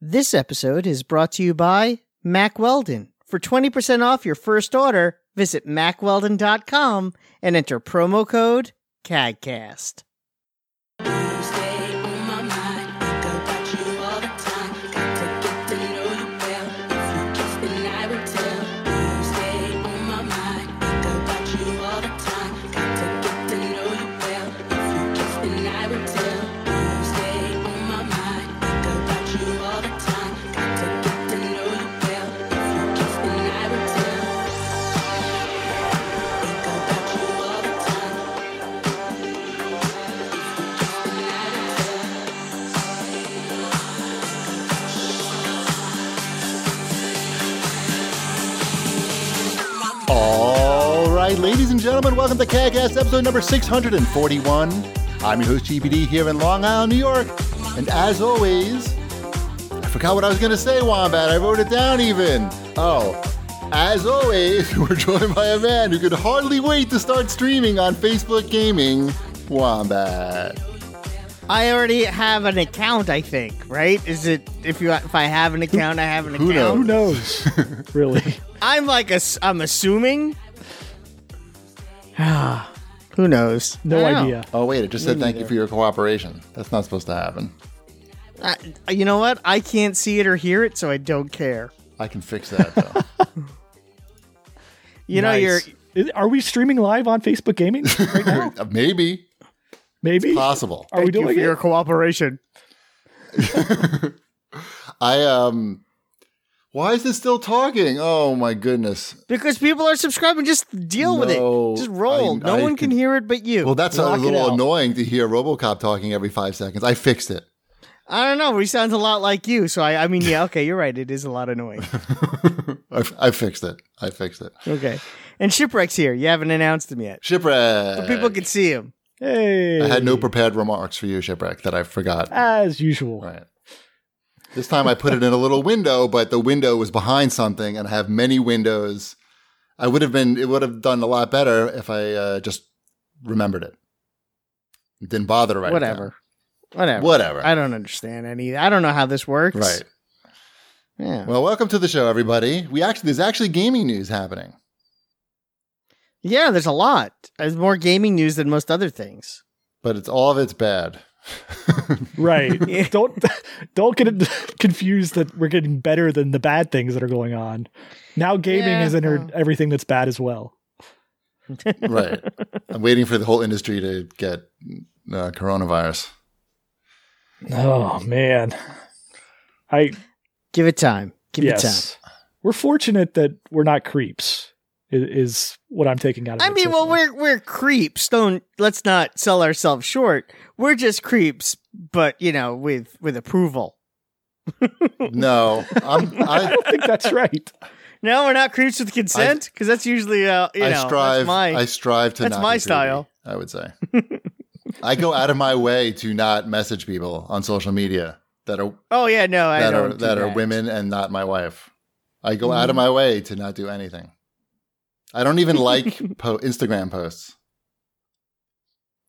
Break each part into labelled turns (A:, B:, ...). A: This episode is brought to you by Mac Weldon. For 20% off your first order, visit macweldon.com and enter promo code CADCAST.
B: All right, ladies and gentlemen, welcome to CAGcast episode number 641. I'm your host, GPD, here in Long Island, New York. And as always, I forgot what I was going to say, Wombat. I wrote it down even. Oh, as always, we're joined by a man who could hardly wait to start streaming on Facebook Gaming, Wombat.
A: I already have an account, I think, right? Is it if you if I have an account, I have an
B: Who
A: account.
B: knows?
C: Who knows? really?
A: I'm like a s- I'm assuming. Ah, Who knows?
C: No
A: I don't
C: idea.
B: Oh, wait, it just said thank you for your cooperation. That's not supposed to happen.
A: know. I, you know what? I can't see it or hear it, so I don't care.
B: I can fix that, though.
A: You know, you're
C: Nice. Is- Are we streaming live on Facebook Gaming right now?
B: Maybe.
C: Maybe.
B: Possible.
C: Are we
A: thank you
C: doing
A: for your
C: it?
A: cooperation.
B: I um why is this still talking? Oh my goodness.
A: Because people are subscribing, just deal with
B: No,
A: it. Just roll.
B: I-
A: no
B: I
A: one can
B: can-
A: hear it but you.
B: Well, that's a
C: Knock it
B: little
C: out.
B: annoying to hear RoboCop talking every 5 seconds. I fixed it.
A: I don't know. He sounds a lot like you. So I, I mean, yeah, okay, you're right. It is a lot annoying.
B: I, I fixed it. I fixed it.
A: Okay. And shipwreck's here. You haven't announced him yet,
B: Shipwreck.
A: but people can see him.
C: Hey.
B: I had no prepared remarks for you, Shipwreck, that I forgot.
A: Ah.
C: As usual.
B: Right. This time I put it in a little window, but the window was behind something, and I have many windows. I would have been, it would have done a lot better if I uh, just remembered it. Didn't bother to write it down.
A: Whatever. Whatever.
B: Whatever.
A: I don't understand any. I don't know how this works.
B: right.
A: Yeah.
B: Well, welcome to the show, everybody. We actually there's actually gaming news happening.
A: yeah. There's a lot. There's more gaming news than most other things.
B: but it's all of it's bad.
C: Right.
A: Yeah.
C: Don't don't get it confused that we're getting better than the bad things that are going on. Now gaming
A: Yeah. Oh.
C: has entered everything that's bad as well.
B: right. I'm waiting for the whole industry to get uh, coronavirus.
C: Oh man. I
A: Give it time. Give it time.
C: yes. We're fortunate that we're not creeps. i- Is what I'm taking out of
A: I
C: it
A: mean,
C: so
A: well,
C: far.
A: we're we're creeps. Don't let's not sell ourselves short. We're just creeps, but you know, with with approval.
B: No, I'm,
C: I
B: I,
C: don't think that's right.
A: No, we're not creeps with consent because that's usually uh, you
B: I
A: know
B: strive.
A: that's my
B: I strive to.
A: that's
B: not
A: my
B: be creepy,
A: style.
B: I would say. I go out of my way to not message people on social media that are
A: oh yeah no I
B: that
A: don't
B: are
A: do Mm.
B: that are women and not my wife. I go out of my way to not do anything. I don't even like po- Instagram posts.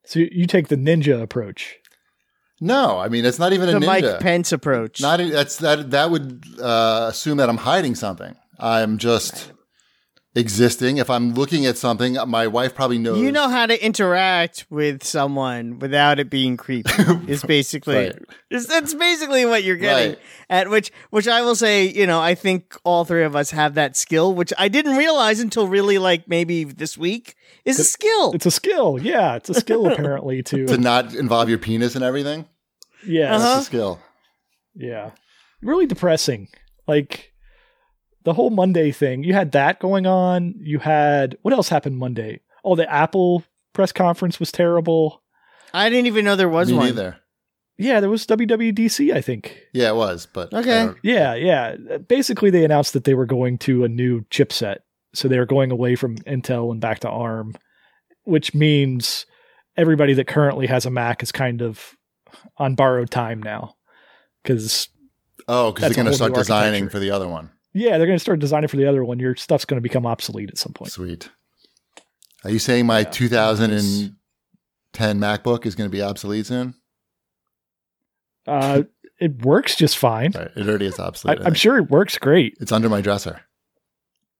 C: So you- you take the ninja approach.
B: No, I mean it's not even
A: the
B: a ninja.
A: Mike Pence approach.
B: Not e- that's that that would uh, assume that I'm hiding something. I'm just existing. If I'm looking at something, my wife probably knows.
A: you know how to interact with someone without it being creepy is basically
B: Right.
A: is- that's basically what you're getting
B: Right.
A: at which which I will say you know I think all three of us have that skill which I didn't realize until really like maybe this week is a skill
C: It's a skill. Yeah, it's a skill apparently
B: to
C: to
B: not involve your penis and everything.
C: yeah,
A: Uh-huh.
B: That's a skill.
C: yeah. Really depressing. Like the whole Monday thing. You had that going on. You had what else happened Monday? Oh, the Apple press conference was terrible.
A: I didn't even know there was
B: Me
A: one
B: neither.
C: Yeah, there was WWDC, I think.
B: Yeah, it was, but I
A: Okay.
B: don't-
C: Yeah, yeah. Basically, they announced that they were going to a new chipset. So they were going away from Intel and back to ARM, which means everybody that currently has a Mac is kind of on borrowed time now. Because,
B: Oh, because
C: That's
B: they're going to
C: a whole
B: start
C: new
B: designing
C: architecture.
B: for the other one.
C: yeah, they're going to start designing for the other one. Your stuff's going to become obsolete at some point.
B: Sweet. Are you saying my
C: Yeah.
B: 2010 MacBook is going to be obsolete soon?
C: Uh, it works just fine.
B: Right. It already is
C: I,
B: obsolete. I
C: I'm
B: think.
C: sure it works great.
B: It's under my dresser.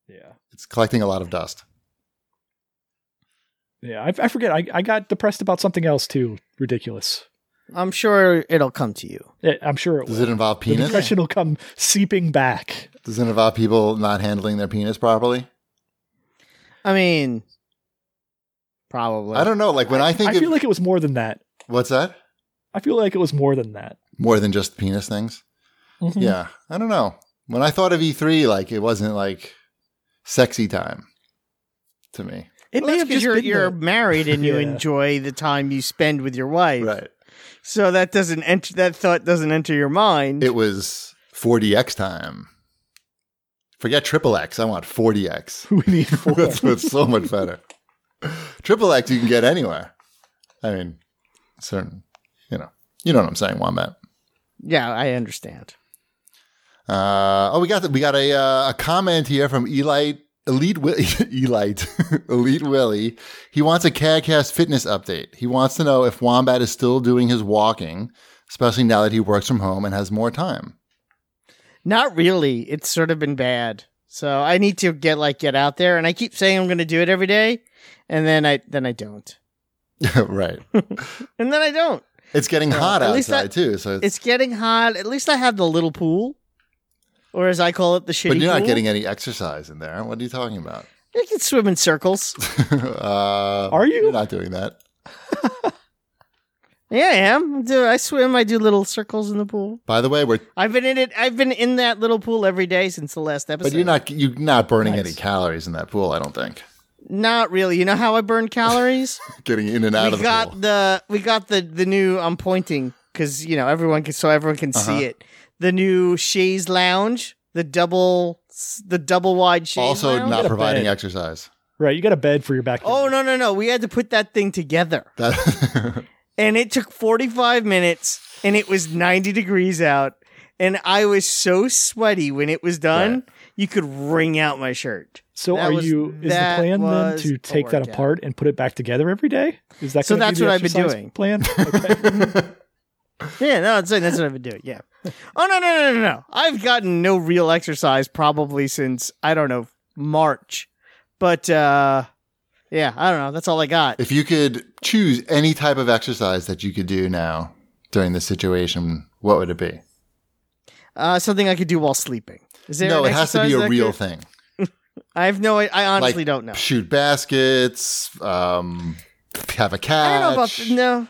C: Yeah.
B: It's collecting a lot of dust.
C: Yeah. I, I forget. I, I got depressed about something else too. Ridiculous.
A: I'm sure it'll come to you.
C: Yeah, I'm sure it
B: Does
C: will.
B: it involve
C: the
B: penis?
C: depression will come seeping back.
B: Does it involve people not handling their penis properly?
A: I mean, probably.
B: I don't know. Like when I, think
C: I
B: of
C: feel like it was more than that.
B: what's that?
C: I feel like it was more than that.
B: More than just penis things.
A: Mm-hmm.
C: Mhm.
B: Yeah. I don't know. When I thought of E3, like it wasn't like sexy time to me.
C: It
A: Well,
C: may
A: that's
C: have
A: 'cause
C: just
A: you're,
C: been
A: you're
C: the-
A: married and you
C: Yeah.
A: enjoy the time you spend with your wife.
B: Right.
A: So that doesn't enter. That thought doesn't enter your mind.
B: It was 4DX time. Forget triple X. I want 40X.
C: we need four.
B: that's, that's so much better. Triple X you can get anywhere. I mean, certain, you know, you know what I'm saying, Wombat.
A: yeah, I understand.
B: Uh, oh, we got the, we got a uh, a comment here from Elite Elite Wi- Elite Elite Willie. He wants a CADcast fitness update. He wants to know if Wombat is still doing his walking, especially now that he works from home and has more time.
A: Not really. It's sort of been bad. So I need to get like get out there, and I keep saying I'm going to do it every day, and then I then I don't,
B: right.
A: and then I don't.
B: It's getting hot
A: at least
B: outside
A: that-
B: too, so
A: It's getting hot. At least I have the little pool, or as I call it, the shitty.
B: but you're not
A: pool.
B: getting any exercise in there. What are you talking about?
A: I can swim in circles.
B: uh,
C: Are you?
B: You're not doing that.
A: yeah, I am. Do I swim? I do little circles in the pool.
B: By the way, we're
A: I've been in it. I've been in that little pool every day since the last episode.
B: but you're not you're not burning
C: Nice.
B: any calories in that pool. I don't think
A: Not really. You know how I burn calories?
B: getting in and out
A: we
B: of the
A: got
B: pool.
A: the we got the the new. I'm pointing because you know everyone can so everyone can
B: Uh-huh.
A: see it. The new chaise lounge, the double the double wide chaise.
B: Also,
A: lounge.
B: not
C: a
B: providing
C: bed.
B: exercise.
C: Right, you got a bed for your back.
A: Oh no no no! We had to put that thing together,
B: That
A: and it took 45 minutes, and it was 90 degrees out, and I was so sweaty when it was done.
B: Right.
A: You could wring out my shirt.
C: So
A: That
C: are
A: was-
C: you? Is the
A: that
C: plan then
A: was
C: to
A: a
C: take that
A: workout.
C: apart and put it back together every day? Is that
A: So
C: gonna be
A: that's
C: the
A: what I've been
C: exercise
A: doing.
C: Plan. Okay.
A: Yeah, no, I'm saying that's what I've been doing. Yeah. Oh no, no, no, no, no. I've gotten no real exercise probably since I don't know March, but uh, yeah, I don't know. That's all I got.
B: if you could choose any type of exercise that you could do now during this situation, what would it be?
A: Uh, something I could do while sleeping. Is there
B: no,
A: an
B: it has to
A: exercise
B: be a
A: that
B: real
A: could-
B: thing.
A: I have no. I I honestly
B: Like,
A: don't know.
B: Shoot baskets. Um, have a cat.
A: I don't know about th- no,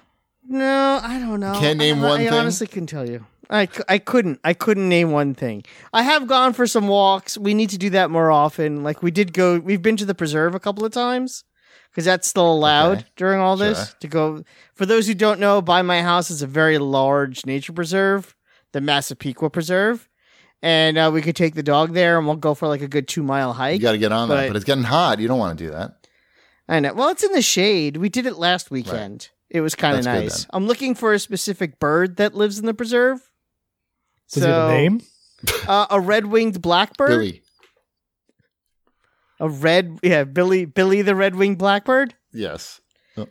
A: no. I don't know.
B: Can't name
A: I,
B: one
A: I
B: thing?
A: honestly couldn't tell you. I, c- I couldn't I couldn't name one thing. I have gone for some walks. We need to do that more often. Like we did go. We've been to the preserve a couple of times because that's still allowed
B: Okay.
A: during all this
B: Sure.
A: to go. For those who don't know, by my house is a very large nature preserve, the Massapequa Preserve, and uh, we could take the dog there and we'll go for like a good two mile hike.
B: You got to get on that,
A: but-
B: but it's getting hot. You don't want to do that.
A: I know. Well, it's in the shade. We did it last weekend. It was kind of
B: That's good
A: nice.
B: then.
A: I'm looking for a specific bird that lives in the preserve.
C: Does it have a name?
A: Uh, a red-winged blackbird.
B: Billy.
A: A red, yeah, Billy, Billy the red-winged blackbird.
B: Yes.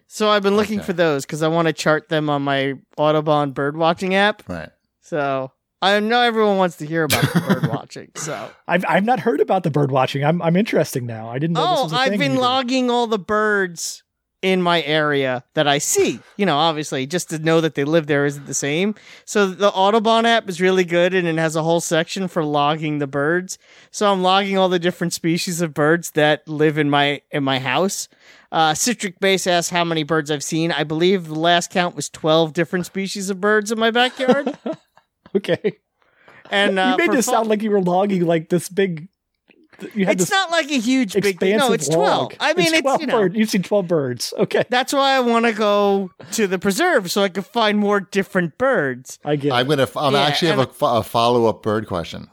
A: So I've been looking
B: Okay.
A: for those because I want to chart them on my Audubon bird watching app.
B: Right.
A: So I know everyone wants to hear about bird watching. So
C: I've I've not heard about the bird watching. I'm I'm interesting now. I didn't know this
A: oh,
C: was a
A: I've
C: thing
A: been
C: you did.
A: logging all the birds in my area that I see. You know, obviously, just to know that they live there isn't the same. So the Audubon app is really good, and it has a whole section for logging the birds. So I'm logging all the different species of birds that live in my in my house. Uh, Citric Base asks how many birds I've seen. I believe the last count was twelve different species of birds in my backyard.
C: Okay,
A: And uh,
C: you made
A: for
C: this
A: fo-
C: sound like you were logging like this big. th- You had
A: it's
C: this
A: not like a huge big thing.
C: expansive
A: No, it's twelve.
C: log.
A: I mean, it's,
C: 12
A: you know.
C: bird- You've seen twelve birds. Okay,
A: That's why I want to go to the preserve so I can find more different birds.
C: I get.
B: I'm
C: it.
B: gonna. f- I'm
A: Yeah,
B: actually have
A: and-
B: a, fo- a follow up bird question.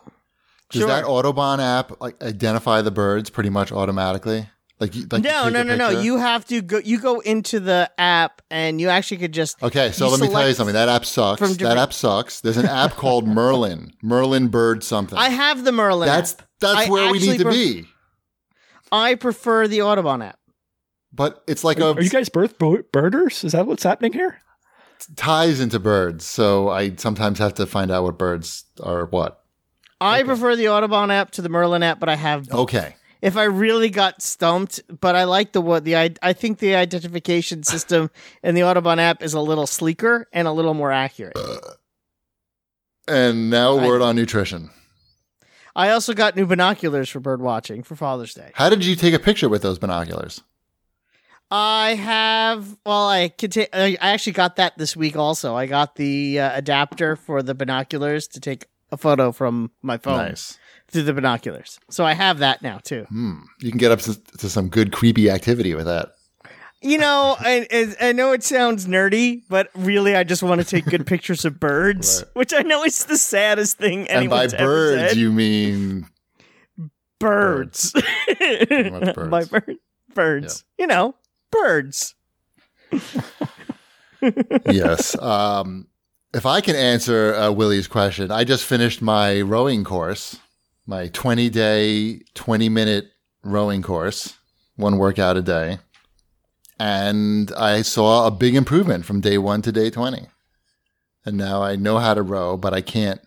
B: Does
A: Sure.
B: that Autobahn app like identify the birds pretty much automatically? Like, you- like you
A: no,
B: take
A: no,
B: a
A: no, no.
B: picture?
A: You have to go. You go into the app and you actually could just.
B: Okay, so
A: you
B: let me tell you
A: select-
B: something. That app sucks.
A: from
B: That
A: different-
B: app sucks. There's an app called Merlin. Merlin Bird something.
A: I have the Merlin.
B: Oh. that's
A: app.
B: that's
A: I
B: where we need
A: actually
B: to
A: pref-
B: be.
A: I prefer the Audubon app.
B: But it's like a
C: Are, are you guys birth bo- birders? Is that what's happening here?
B: ties into birds, so I sometimes have to find out what birds are what.
A: I prefer the Audubon app to the Merlin app, but I have both.
B: Okay.
A: if I really got stumped, but I like the what the I I think the identification system in the Audubon app is a little sleeker and a little more accurate.
B: Uh. And now a
A: I-
B: word on nutrition.
A: I also got new binoculars for bird watching for Father's Day.
B: How did you take a picture with those binoculars?
A: I have well, I conti- I I actually got that this week. Also, I got the uh, adapter for the binoculars to take a photo from my phone
B: Nice.
A: through the binoculars. So I have that now too.
B: Hmm. You can get up to, to some good creepy activity with that.
A: You know, I, I I know it sounds nerdy, but really, I just want to take good pictures of birds,
B: Right.
A: which I know is the saddest thing anyone's
B: and by
A: ever
B: birds,
A: said.
B: you mean
A: birds,
B: much birds.
A: by bird, birds, you know, birds.
B: yes. Um, if I can answer uh, Willie's question, I just finished my rowing course, my 20 day, 20 minute rowing course, one workout a day. And I saw a big improvement from day one to day 20. And now I know how to row, but I can't.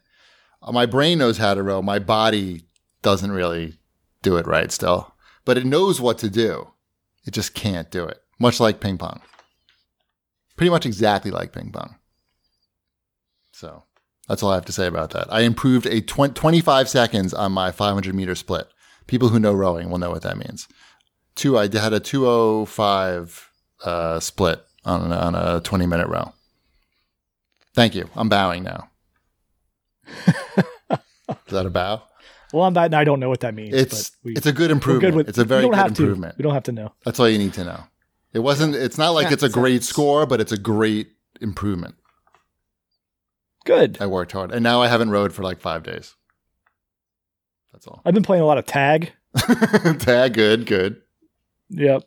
B: uh, My brain knows how to row. My body doesn't really do it right still, but it knows what to do. It just can't do it, much like ping pong pretty much exactly like ping pong. So that's all I have to say about that. I improved a twen- 25 seconds on my 500 meter split. People who know rowing will know what that means. Two, I had a 205 uh, split on, on a 20 minute row. Thank you. I'm bowing now. Is that a bow?
C: Well, on that, I don't know what that means.
B: It's
C: but we,
B: it's a good
C: we're
B: improvement.
C: good with.
B: it's a very
C: we don't
B: good
C: have
B: improvement.
C: To, we don't have to know.
B: That's all you need to know. It wasn't. It's not like
A: Yeah,
B: it's a
A: so
B: great
A: it's-
B: score, but it's a great improvement.
C: Good.
B: I worked hard, and now I haven't rowed for like five days. That's all.
C: I've been playing a lot of tag.
B: Tag, good, good.
C: Yep.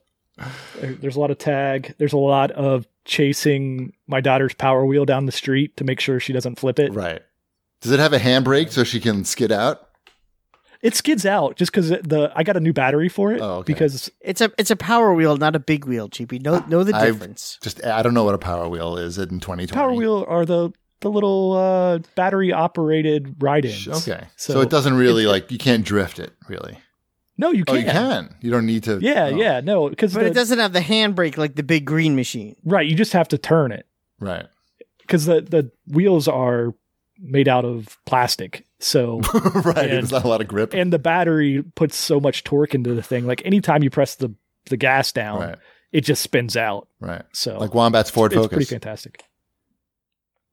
C: There- There's a lot of tag. There's a lot of chasing my daughter's power wheel down the street to make sure she doesn't flip it.
B: Right. Does it have a handbrake so she can skid out?
C: It skids out just because the I got a new battery for it
B: Oh, okay.
C: because
A: It's a it's a power wheel, not a big wheel, GP. Know know the
B: I've-
A: difference.
B: Just I don't know what a power wheel is in 2020.
C: power wheel are the the little uh, battery operated ride-ins.
B: Sh- Okay. So,
C: So,
B: it doesn't really like you can't drift it really.
C: No, you
B: Oh,
C: can't.
B: you can. You don't need to.
C: Yeah,
B: oh,
C: yeah, no, because
A: But it doesn't have the handbrake like the big green machine.
C: right, you just have to turn it
B: Right.
C: because the the wheels are made out of plastic. So
B: right.
C: And-
B: There's not a lot of grip.
C: and the battery puts so much torque into the thing. Like anytime you press the the gas down,
B: right.
C: it just spins out.
B: Right.
C: So
B: Like Wombat's Ford
C: it's pretty
B: Focus.
C: fantastic.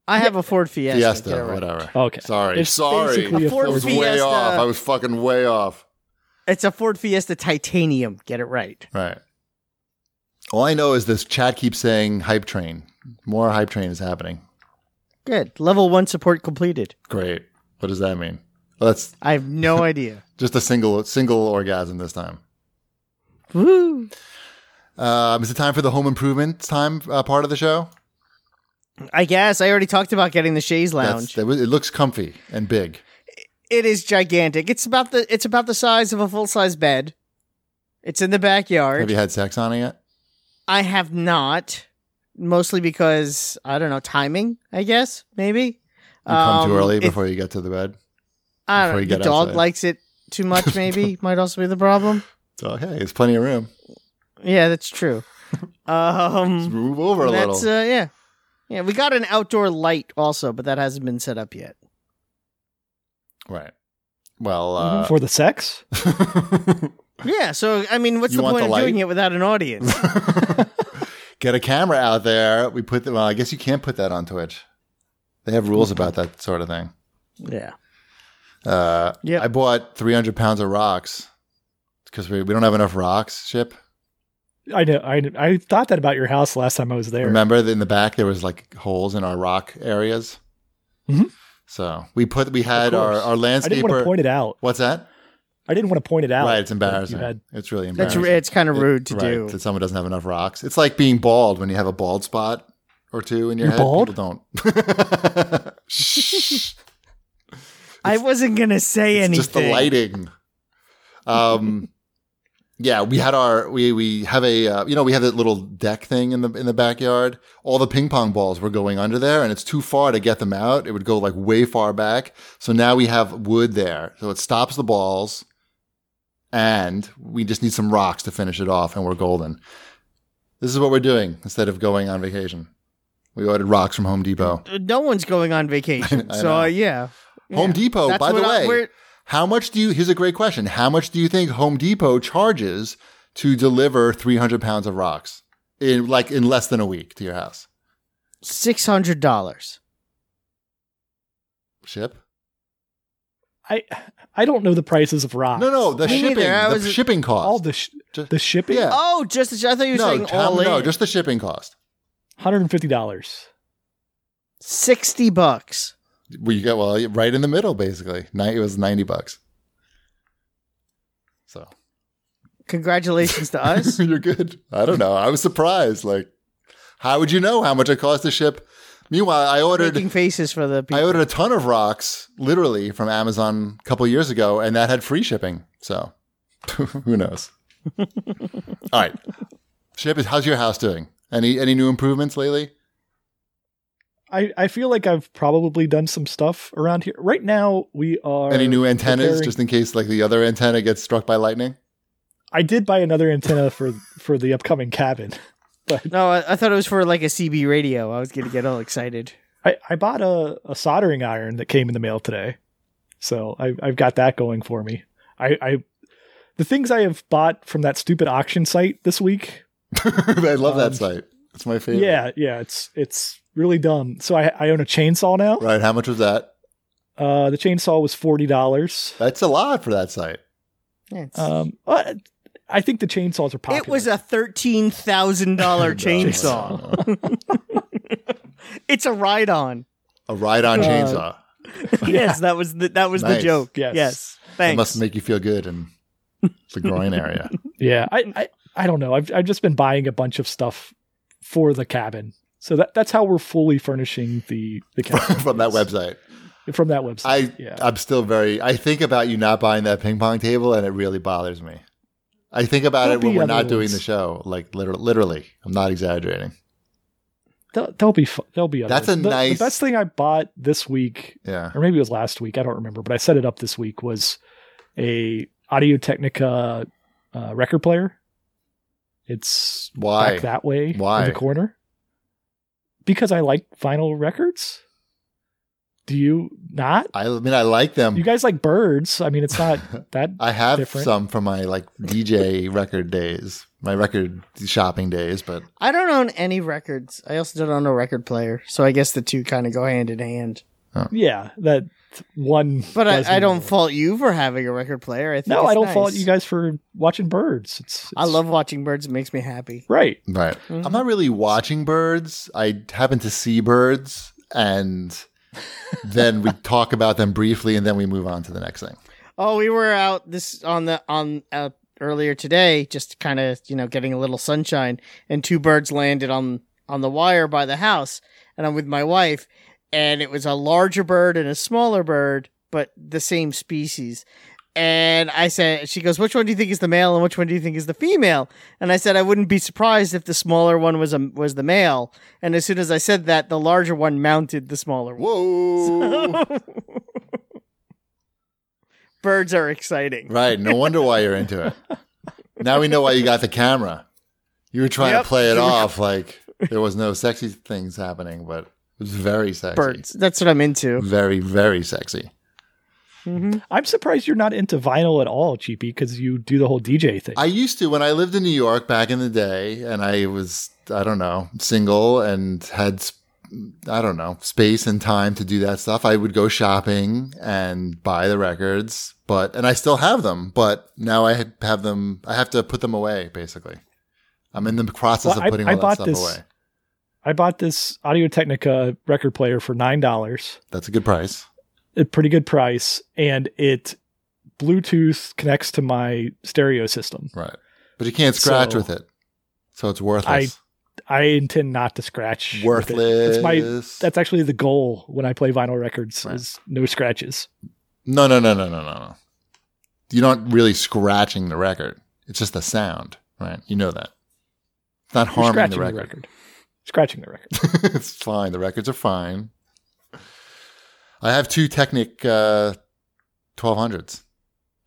A: I have a Ford Fiesta.
B: Fiesta,
A: get it right.
B: whatever.
C: Okay.
B: Sorry.
C: It's
B: Sorry.
C: basically a
B: I was
A: Ford
B: way
A: Fiesta.
B: off. I was fucking way off.
A: It's a Ford Fiesta titanium. Get it right.
B: Right. All I know is this chat keeps saying hype train. More hype train is happening.
A: Good. Level one support completed.
B: Great. What does that mean? Well, that's
A: I have no idea.
B: just a single single orgasm this time.
A: Woo.
B: Um, is it time for the home improvement time uh, part of the show?
A: I guess I already talked about getting the chaise
B: That's,
A: lounge.
B: that was, it looks comfy and big.
A: it is gigantic. It's about the it's about the size of a full size bed. It's in the backyard.
B: Have you had sex on it yet?
A: I have not, mostly because I don't know timing. I guess maybe.
B: You come too
A: Um,
B: early
A: it-
B: before you get to the bed.
A: I don't
B: before
A: know.
B: you
A: The
B: get
A: dog
B: outside.
A: likes it too much. Maybe might also be the problem.
B: So hey, it's plenty of room.
A: Yeah, that's true.
B: Just
A: Um,
B: move over a little.
A: that's uh, yeah, yeah. We got an outdoor light also, but that hasn't been set up yet.
B: right. Well, uh,
C: Mm-hmm. For the sex,
A: Yeah, so I mean, what's
B: You
A: the
B: want
A: point
B: the
A: of doing
B: light?
A: it without an audience?
B: get a camera out there. We put them. Well, I guess you can't put that on Twitch. They have rules about that sort of thing.
A: yeah.
B: Uh,
A: Yep.
B: I bought 300 pounds of rocks because we, we don't have enough rocks, Ship.
C: I know. I I thought that about your house last time I was there.
B: Remember that in the back there was like holes in our rock areas?
C: Mhm.
B: So we put, we had
C: Of
B: our,
C: course.
B: our
C: I didn't want to
B: landscaper.
C: point it out.
B: What's that?
C: I didn't want to point it out.
B: right. It's
C: but you
B: embarrassing.
C: had-
B: it's really
A: That's
B: embarrassing.
A: it's kind of
B: It-
A: rude to
B: right,
A: do.
B: That someone doesn't have enough rocks. It's like being bald when you have a bald spot or two in your
C: You're
B: head.
C: bald?
B: People don't. Shh.
A: I wasn't gonna say
B: It's
A: anything.
B: just the lighting. Um, yeah, we had our we we have a uh, you know we have that little deck thing in the in the backyard. All the ping pong balls were going under there, and it's too far to get them out. It would go like way far back. So now we have wood there, so it stops the balls, and we just need some rocks to finish it off, and we're golden. This is what we're doing instead of going on vacation. We ordered rocks from Home Depot.
A: No one's going on vacation,
B: I
A: so uh,
B: know.
A: yeah.
B: Home
A: Yeah.
B: Depot,
A: That's
B: by the
A: what I-
B: way.
A: we're-
B: How much do you? Here's a great question. How much do you think Home Depot charges to deliver 300 pounds of rocks in like in less than a week to your house?
A: six hundred dollars.
B: Ship?
C: I I don't know the prices of rocks.
B: No, no, the
A: Me
B: shipping,
A: neither. I
B: the
A: was-
B: shipping cost.
C: all the sh-
B: Ju-
C: the shipping.
B: Yeah.
A: Oh, just the, I thought you were
B: no,
A: saying
B: how-
A: all in.
B: no, just the shipping cost.
C: hundred and fifty dollars.
A: sixty bucks.
B: Well, you got well right in the middle basically. Ni- It was 90 bucks. So
A: Congratulations to us.
B: you're good. I don't know. I was surprised. Like, how would you know how much it cost to ship? Meanwhile, I ordered
A: Making faces for the people.
B: I ordered a ton of rocks, literally from Amazon a couple years ago, and that had free shipping. So, who knows? All right, ship is how's your house doing? Any any new improvements lately?
C: I, I feel like I've probably done some stuff around here. Right now we are
B: any new antennas,
C: preparing-
B: just in case like the other antenna gets struck by lightning?
C: I did buy another antenna for for the upcoming cabin.
A: no, I, I thought it was for like a CB radio. I was gonna get all excited.
C: I, I bought a, a soldering iron that came in the mail today. So I, I've got that going for me. I, I the things I have bought from that stupid auction site this week.
B: I love that
C: Um,
B: site. It's my favorite.
C: Yeah, yeah, it's it's really dumb. So I, I own a chainsaw now.
B: Right. How much was that?
C: Uh, the chainsaw was forty dollars.
B: That's a lot for that site.
A: Yeah, it's-
C: Um, uh, I think the chainsaws are popular.
A: it was a thirteen thousand dollar chainsaw. It's a ride on.
B: a ride-on
C: Uh,
B: chainsaw.
A: Yes, that was the that was the
B: Nice.
A: joke.
C: Yes.
A: Yes,
B: It
A: thanks.
B: must make you feel good in the groin area.
C: Yeah, I, I I don't know. I've I've just been buying a bunch of stuff for the cabin. So that that's how we're fully furnishing the the cabin
B: from that website.
C: from that website.
B: I
C: yeah.
B: I'm still very. I think about you not buying that ping pong table, and it really bothers me. I think about
C: There'll
B: it when
C: be
B: we're not
C: other
B: doing
C: ones.
B: the show. Like literally, literally, I'm not exaggerating.
C: they'll, they'll be fu- they'll be.
B: That's
C: others.
B: a
C: the,
B: nice-
C: The best thing I bought this week,
B: Yeah,
C: or maybe it was last week. I don't remember, but I set it up this week. Was a Audio Technica uh, record player. It's
B: why?
C: back that way
B: Why?
C: in the corner because I like vinyl records. Do you not?
B: I mean, I like them.
C: You guys like birds. I mean, it's not that.
B: I have
C: different.
B: some from my like DJ record days, my record shopping days, but
A: I don't own any records. I also don't own a record player, so I guess the two kind of go hand in hand.
C: Yeah, that one.
A: But
C: does
A: I, I
C: mean
A: don't
C: more.
A: fault you for having a record player. I think
C: No,
A: it's
C: I don't fault
A: nice.
C: you guys for watching birds. It's,
A: I
C: it's-
A: love watching birds. It makes me happy.
C: Right.
B: right. I'm not really watching birds. I happen to see birds, and then we talk about them briefly, and then we move on to the next thing.
A: Oh, we were out this on the on uh, earlier today, just kind of you know getting a little sunshine, and two birds landed on on the wire by the house, and I'm with my wife, and it was a larger bird and a smaller bird, but the same species. And I said, she goes, which one do you think is the male and which one do you think is the female? And I said, I wouldn't be surprised if the smaller one was a, was the male. And as soon as I said that, the larger one mounted the smaller one.
B: Whoa.
A: Birds are exciting.
B: Right. No wonder why you're into it. Now we know why you got the camera. You were trying
A: Yep.
B: to play it off like there was no sexy things happening, but it was very sexy.
A: Birds. That's what I'm into. Mm-hmm.
B: Very, very sexy.
C: I'm surprised you're not into vinyl at all, Cheapy, because you do the whole DJ thing.
B: I used to when I lived in New York back in the day, and I was I don't know single and had sp- I don't know space and time to do that stuff. I would go shopping and buy the records, but and I still have them, but now I ha- have them. I have to put them away. Basically, I'm in the process
C: Well,
B: of
C: I-
B: putting
C: I
B: all that
C: bought
B: stuff
C: this-
B: away.
C: I bought this Audio Technica record player for nine dollars,
B: That's a good price.
C: a pretty good price, and it Bluetooth connects to my stereo system.
B: Right. But you can't scratch
C: So-
B: with it. So it's worthless.
C: I intend not to scratch. with it.
B: worthless.
C: That's my. That's actually the goal when I play vinyl records:
B: Right.
C: is no scratches.
B: no, no, no, no, no, no, no. You're not really scratching the record. It's just the sound, right? You know that. It's not
C: You're
B: harming
C: scratching
B: the record.
C: Scratching the record.
B: it's fine. The records are fine. I have two Technic uh, 1200s.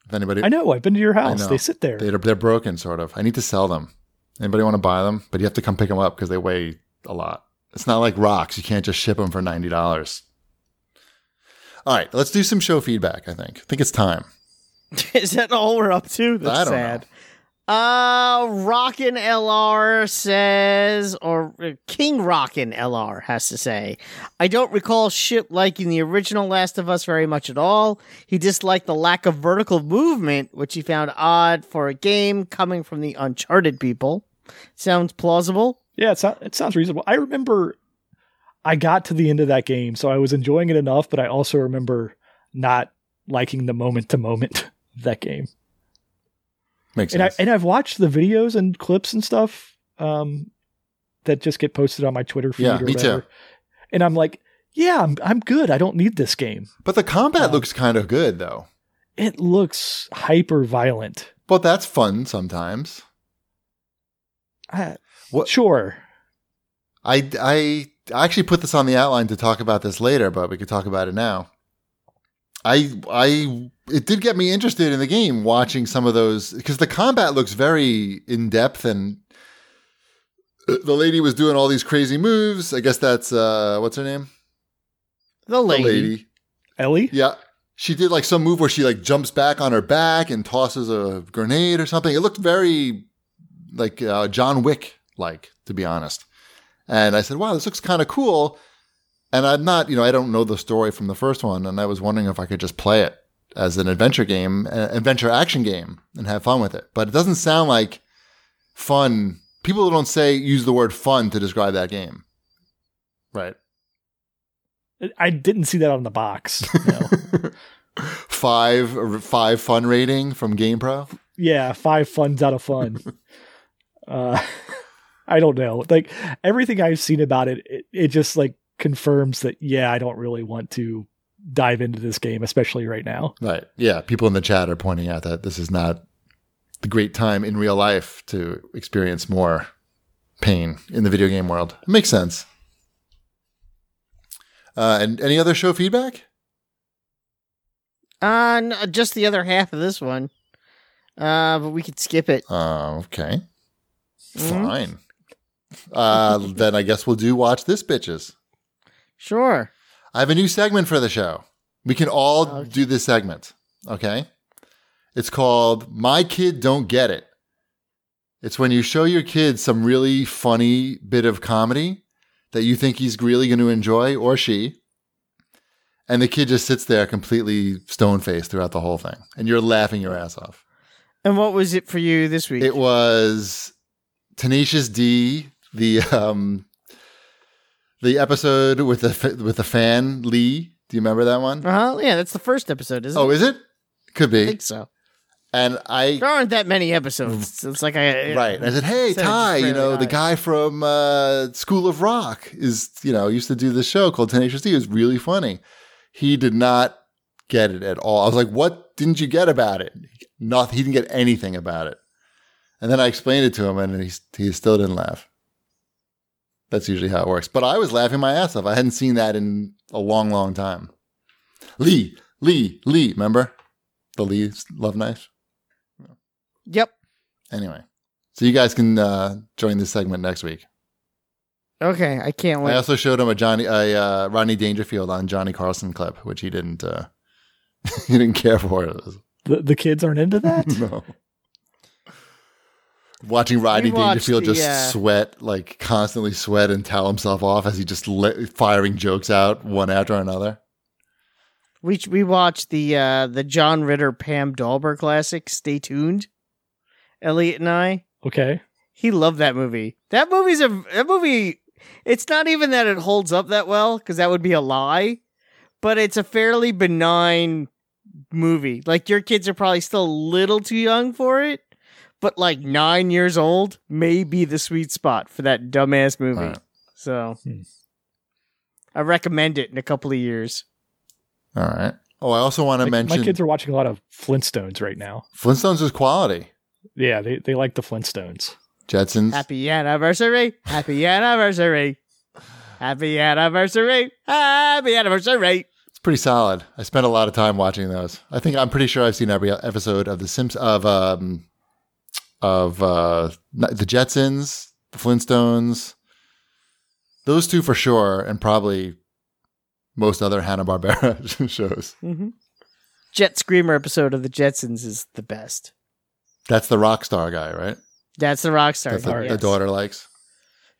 B: If anybody,
C: I know. I've been to your house.
B: know.
C: They sit there.
B: they're, they're broken, sort of. I need to sell them. Anybody want to buy them? But you have to come pick them up because they weigh a lot. It's not like rocks. You can't just ship them for $90. All right, let's do some show feedback, I think. I think it's time.
A: Is that all we're up to? That's
B: I don't
A: sad. Uh, Rockin' LR says, or uh, King Rockin' LR has to say, I don't recall Ship liking the original Last of Us very much at all. He disliked the lack of vertical movement, which he found odd for a game coming from the Uncharted people. Sounds plausible.
C: Yeah, it, so- it sounds reasonable. I remember I got to the end of that game, so I was enjoying it enough, but I also remember not liking the moment to moment of that game.
B: Makes
C: And I
B: sense.
C: and I've watched the videos and clips and stuff um, that just get posted on my Twitter feed
B: Yeah,
C: or
B: me too.
C: whatever. And I'm like, yeah, I'm I'm good. I don't need this game.
B: but the combat
C: Um,
B: looks kind of good, though.
C: It looks hyper violent.
B: But that's fun sometimes.
C: I-
B: What-
C: Sure.
B: I, I, I actually put this on the outline to talk about this later, but we could talk about it now. I I it did get me interested in the game watching some of those because the combat looks very in depth and uh, the lady was doing all these crazy moves. I guess that's uh what's her name?
A: The
B: The
A: lady.
B: lady.
C: Ellie?
B: Yeah. She did like some move where she like jumps back on her back and tosses a grenade or something. It looked very like uh, John Wick like, to be honest. And I said, wow, this looks kind of cool. And I'm not, you know, I don't know the story from the first one. And I was wondering if I could just play it as an adventure game, an adventure action game, and have fun with it. But it doesn't sound like fun. People don't say use the word fun to describe that game. Right.
C: I didn't see that on the box. No.
B: five or five fun rating from GamePro.
C: yeah, five funs out of fun. uh, I don't know. Like everything I've seen about it, it, it just like confirms that yeah, I don't really want to dive into this game, especially right now.
B: Right. Yeah. People in the chat are pointing out that this is not the great time in real life to experience more pain in the video game world. It makes sense. Uh, and any other show feedback?
A: Uh, no, just the other half of this one. Uh, but we could skip it.
B: Uh, okay.
A: Mhm.
B: Fine. Uh, then I guess we'll do watch this bitches.
A: Sure.
B: I have a new segment for the show. We can all
A: Okay.
B: do this segment. Okay. It's called My Kid Don't Get It. It's when you show your kid some really funny bit of comedy that you think he's really going to enjoy or she. And the kid just sits there completely stone faced throughout the whole thing. And you're laughing your ass off.
A: And what was it for you this week?
B: It was Tenacious D, the um the episode with the f- with the fan Lee. Do you remember that one?
A: Uh huh. Yeah, that's the first episode, isn't it?
B: Oh, is it? Could
A: I
B: be.
A: think so.
B: And I
A: There aren't that many episodes. It's- It's like I
B: right. And I said, hey,
A: Said it
B: Ty,
A: just
B: you know,
A: really
B: the guy from uh, School of Rock is, you know, used to do this show called Tenacious D. It was really funny. He did not get it at all. I was like, what didn't you get about it? Nothing. He didn't get anything about it. And then I explained it to him, and he he still didn't laugh. That's usually how it works. But I was laughing my ass off. I hadn't seen that in a long, long time. Lee, Lee, Lee. Remember the Lee's love knife?
A: Yep.
B: Anyway, so you guys can uh, join this segment next week.
A: Okay, I can't wait.
B: I also showed him a Johnny, a uh, Rodney Dangerfield on Johnny Carlson clip, which he didn't, uh, he didn't care for. It was-
C: The the kids aren't into that.
B: no. Watching Rodney
A: watched
B: Dangerfield
A: the,
B: just
A: uh,
B: sweat, like constantly sweat and towel himself off as he just let, firing jokes out one after another.
A: we we watched the uh the John Ritter Pam Dahlberg classic. Stay tuned. Elliot and I.
C: okay.
A: He loved that movie. That movie's a that movie. It's not even that it holds up that well because that would be a lie, but it's a fairly benign movie. Like your kids are probably still a little too young for it, but like nine years old may be the sweet spot for that dumbass movie.
B: All right.
A: So
C: Hmm.
A: I recommend it in a couple of years.
B: All right. Oh, I also want to
C: Like,
B: mention
C: my kids are watching a lot of Flintstones right now.
B: Flintstones is quality.
C: Yeah, they, they like the Flintstones.
B: Jetsons.
A: Happy anniversary. Happy anniversary. Happy anniversary. Happy anniversary.
B: It's pretty solid. I spent a lot of time watching those. I think I'm pretty sure I've seen every episode of the Simps of um of uh not- the Jetsons, the Flintstones. Those two for sure, and probably most other Hanna Barbera shows.
A: hmm Jet Screamer episode of the Jetsons is the best.
B: That's the rock star guy, right?
A: That's the rock star.
B: That the,
A: part,
B: the
A: yes.
B: daughter likes.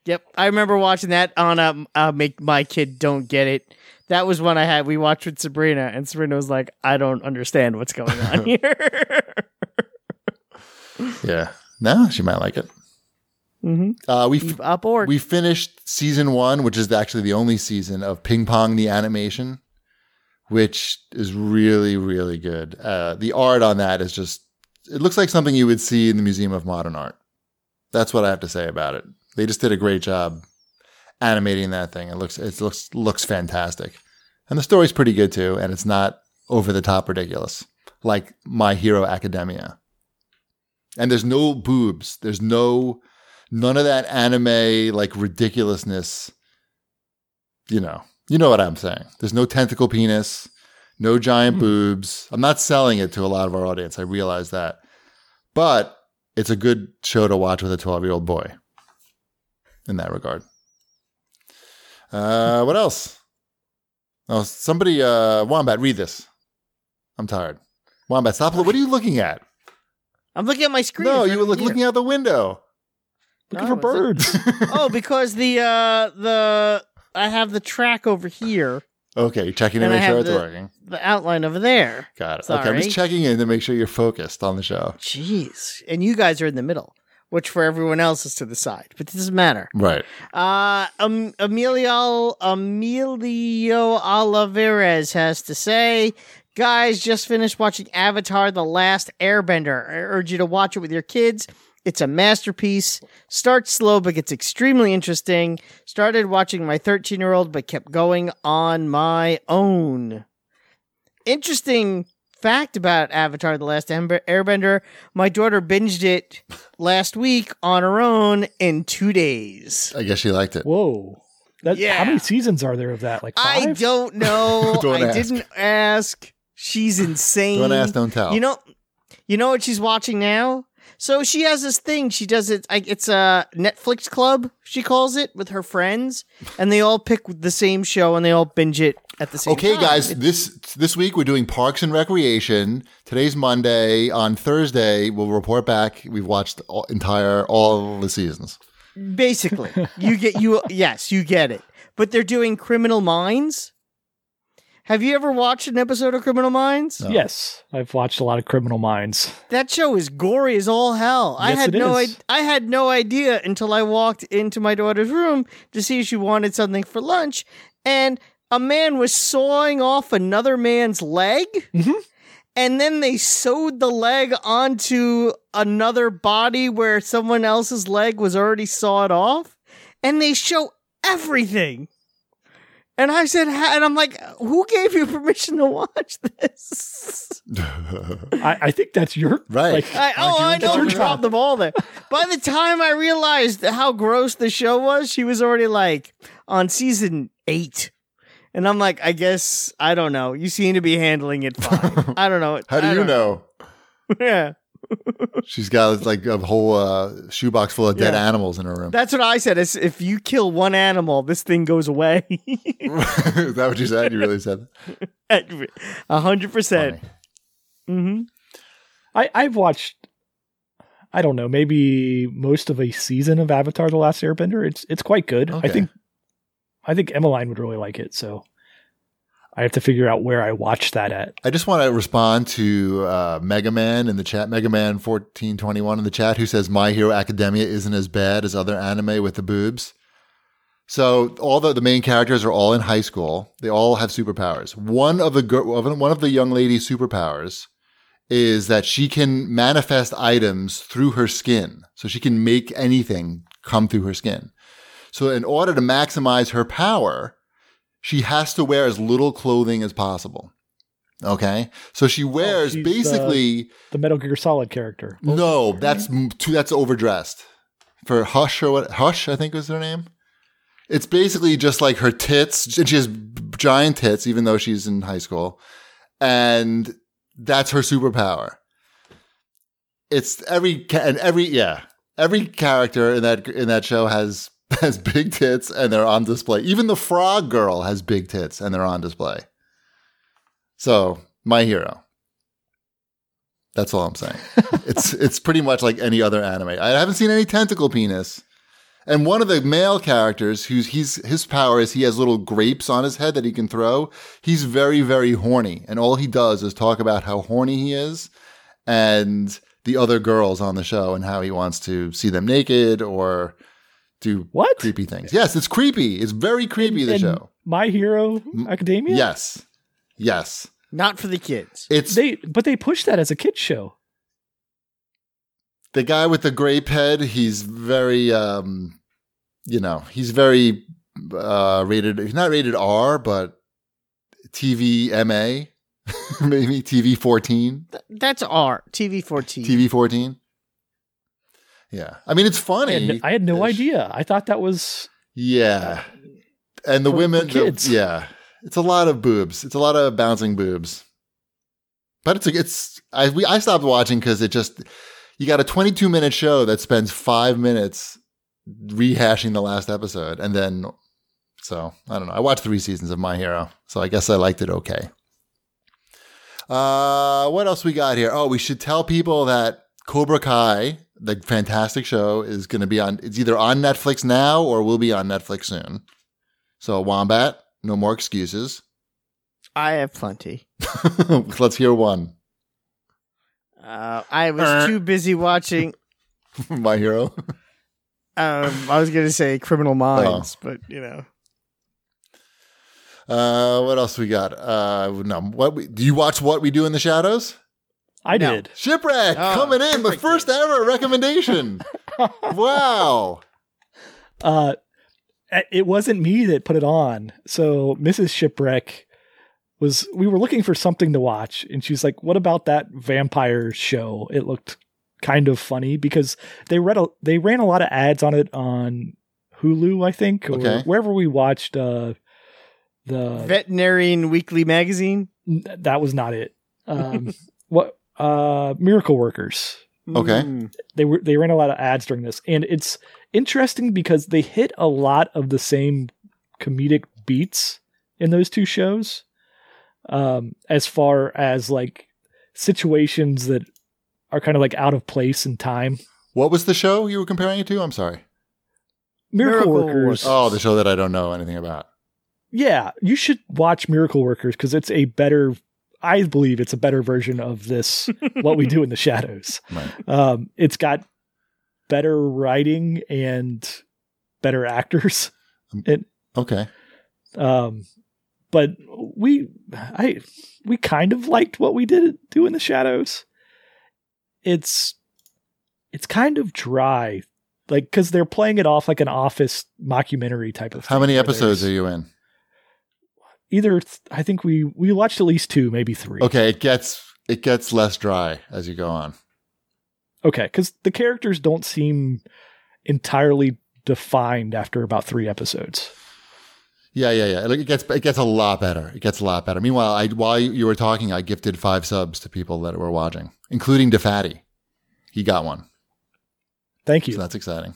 A: Yep, I remember watching that on um, uh, make my kid don't get it. That was one I had. We watched with Sabrina, and Sabrina was like, "I don't understand what's going on here."
B: Yeah. No, she might like it.
A: mm-hmm.
B: Uh, we f-
A: Keep up or
B: we finished season one, which is actually the only season of Ping Pong the animation, which is really really good. Uh, the art on that is just it looks like something you would see in the Museum of Modern Art. That's what I have to say about it. They just did a great job animating that thing. It looks it looks looks fantastic, and the story's pretty good too. And it's not over the top ridiculous like My Hero Academia. And there's no boobs. There's no none of that anime like ridiculousness. You know, you know what I'm saying. There's no tentacle penis, no giant boobs. I'm not selling it to a lot of our audience. I realize that, but it's a good show to watch with a 12 year old boy. In that regard. Uh, what else? Oh, somebody, uh, Wombat, read this. I'm tired. Wombat, stop. What are you looking at?
A: I'm looking at my screen.
B: No,
A: in
B: you
A: front
B: were
A: of
B: look,
A: here.
B: looking out the window.
C: Looking
A: Oh,
C: for
A: is it-
C: birds.
A: oh, because the uh the I have the track over here,
B: Okay, checking to
A: And I
B: make sure
A: have
B: it's
A: the-
B: working.
A: the outline over there.
B: Got it. Okay, I'm
A: Sorry.
B: just checking in to make sure you're focused on the show.
A: Jeez, and you guys are in the middle, which for everyone else is to the side, but it doesn't matter.
B: Right.
A: Uh, um, Emilio Emilio Olivares has to say, guys, just finished watching Avatar: The Last Airbender. I urge you to watch it with your kids. It's a masterpiece. Starts slow but gets extremely interesting. Started watching my 13 year old but kept going on my own. Interesting fact about Avatar: The Last Airb- Airbender: My daughter binged it last week on her own in two days.
B: I guess she liked it.
C: Whoa. That,
A: Yeah.
C: How many seasons are there of that? Like five?
A: I don't know.
B: Don't
A: I
B: ask.
A: didn't ask. She's insane.
B: Don't ask, don't tell.
A: You know, you know what she's watching now. So she has this thing. She does it. I, it's a Netflix club. She calls it with her friends, and they all pick the same show and they all binge it at the same.
B: okay,
A: time.
B: guys.
A: It-
B: This this week we're doing Parks and Recreation. Today's Monday. On Thursday, we'll report back. We've watched all, entire all the seasons.
A: basically, you get you. Yes, you get it. But they're doing Criminal Minds. Have you ever watched an episode of Criminal Minds?
C: Yes. I've watched a lot of Criminal Minds.
A: That show is gory as all hell. I
C: Yes,
A: had
C: it
A: no
C: is.
A: I, I had no idea until I walked into my daughter's room to see if she wanted something for lunch and a man was sawing off another man's leg.
C: Mhm.
A: And then they sewed the leg onto another body where someone else's leg was already sawed off and they show everything. And I said, "Ha-" and I'm like, who gave you permission to watch this?
C: I, I think that's your
B: Right.
C: Like,
A: I, oh, I
B: Aren't you
A: know.
B: in
A: I
B: charge?
A: dropped the ball there. By the time I realized how gross the show was, she was already like on season eight. And I'm like, I guess, I don't know. You seem to be handling it fine. I don't know.
B: How do
A: I
B: you
A: don't-
B: know?
A: Yeah.
B: She's got like a whole uh, shoebox full of dead
A: Yeah.
B: animals in her room.
A: That's what I said. Is if you kill one animal, this thing goes away.
B: Is that what you said? You really said
A: A hundred
B: that?
A: percent.
B: Funny.
A: Mhm.
C: I, I've watched I don't know, maybe most of a season of Avatar The Last Airbender. It's it's quite good.
B: Okay.
C: I think I think Emmeline would really like it, so I have to figure out where I watched that at.
B: I just want to respond to uh, Mega Man in the chat, Mega Man fourteen twenty one in the chat, who says My Hero Academia isn't as bad as other anime with the boobs. So all the, the main characters are all in high school. They all have superpowers. One of the girl, one of the young lady's superpowers is that she can manifest items through her skin. So she can make anything come through her skin. So in order to maximize her power, she has to wear as little clothing as possible Okay, so she wears
C: she's, uh,
B: basically
C: The Metal Gear Solid character.
B: no. That's m- too, that's overdressed for Hush or what? Hush, I think was her name. It's basically just like her tits, and she has b- giant tits, even though she's in high school, and that's her superpower. It's every ca- and every yeah every character in that in that show has has big tits and they're on display. Even the frog girl has big tits and they're on display. So, my hero. That's all I'm saying. it's it's pretty much like any other anime. I haven't seen any tentacle penis. And one of the male characters who's he's his power is he has little grapes on his head that he can throw. He's very very horny and all he does is talk about how horny he is and the other girls on the show and how he wants to see them naked or do
C: What?
B: creepy things. Yes, it's creepy. It's very creepy the
C: And
B: show.
C: My Hero Academia.
B: Yes. Yes.
A: Not for the kids.
B: It's
C: They but they pushed that as a kid show.
B: the guy with the grape head. He's very, um, you know, he's very uh, rated. He's not rated R, but TV MA, maybe TV fourteen,
A: Th- That's R. TV 14.
B: TV fourteen. Yeah, I mean it's
C: I
B: funny.
C: had, I had no
B: Ish.
C: idea. I thought that was
B: Yeah, and the
C: Uh, For- for
B: women, the-
C: kids.
B: yeah, it's a lot of boobs. It's a lot of bouncing boobs. But it's it's I we, I stopped watching because it just you got a 22 minute show that spends five minutes rehashing the last episode, and then so I don't know. I watched three seasons of My Hero, so I guess I liked it okay. Uh, what else we got here? Oh, we should tell people that Cobra Kai, the fantastic show, is going to be on. It's either on Netflix now or will be on Netflix soon. So Wombat, no more excuses.
A: I have plenty.
B: Let's hear one.
A: Uh, I
B: Er.
A: was too busy watching.
B: My hero.
A: Um, I was going to say
B: Oh.
A: Criminal Minds, but you know,
B: Uh, what else we got? Uh, no. What we, do you watch? What we do in the shadows?
C: I
A: No.
C: did.
B: Shipwreck
A: Oh,
B: coming in the
A: Shipwreck
B: first
A: did.
B: ever recommendation. wow.
C: Uh, it wasn't me that put it on. So Mrs. Shipwreck was. We were looking for something to watch, and she's like, "What about that vampire show? It looked kind of funny because they read a, they ran a lot of ads on it on Hulu, I think, or
B: Okay.
C: wherever we watched uh, the
A: Veterinarian Weekly magazine.
C: N- that was not it. Um, what uh, miracle workers?
B: Okay.
A: Mm.
C: They were they ran a lot of ads during this, and it's interesting because they hit a lot of the same comedic beats in those two shows, um, as far as like situations that are kind of like out of place in time.
B: What was the show you were comparing it to? I'm sorry.
C: Miracle,
A: Miracle
C: Workers.
A: Workers.
B: Oh, the show that I don't know anything about.
C: Yeah, you should watch Miracle Workers because it's a better. I believe it's a better version of this. what we do in the shadows.
B: Right.
C: Um, it's got better writing and better actors.
B: Okay.
C: Um, but we, I, we kind of liked what we did do in the shadows. It's, it's kind of dry, like because they're playing it off like an office mockumentary type of.
B: How
C: thing
B: many
C: where there's
B: episodes are you in?
C: Either th- I think we we watched at least two, maybe three.
B: Okay, it gets it gets less dry as you go on.
C: okay, because the characters don't seem entirely defined after about three episodes.
B: Yeah, yeah, yeah. Like it gets it gets a lot better. It gets a lot better. Meanwhile, I while you were talking, I gifted five subs to people that were watching, including DeFatty. He got one,
C: Thank you.
B: so that's exciting.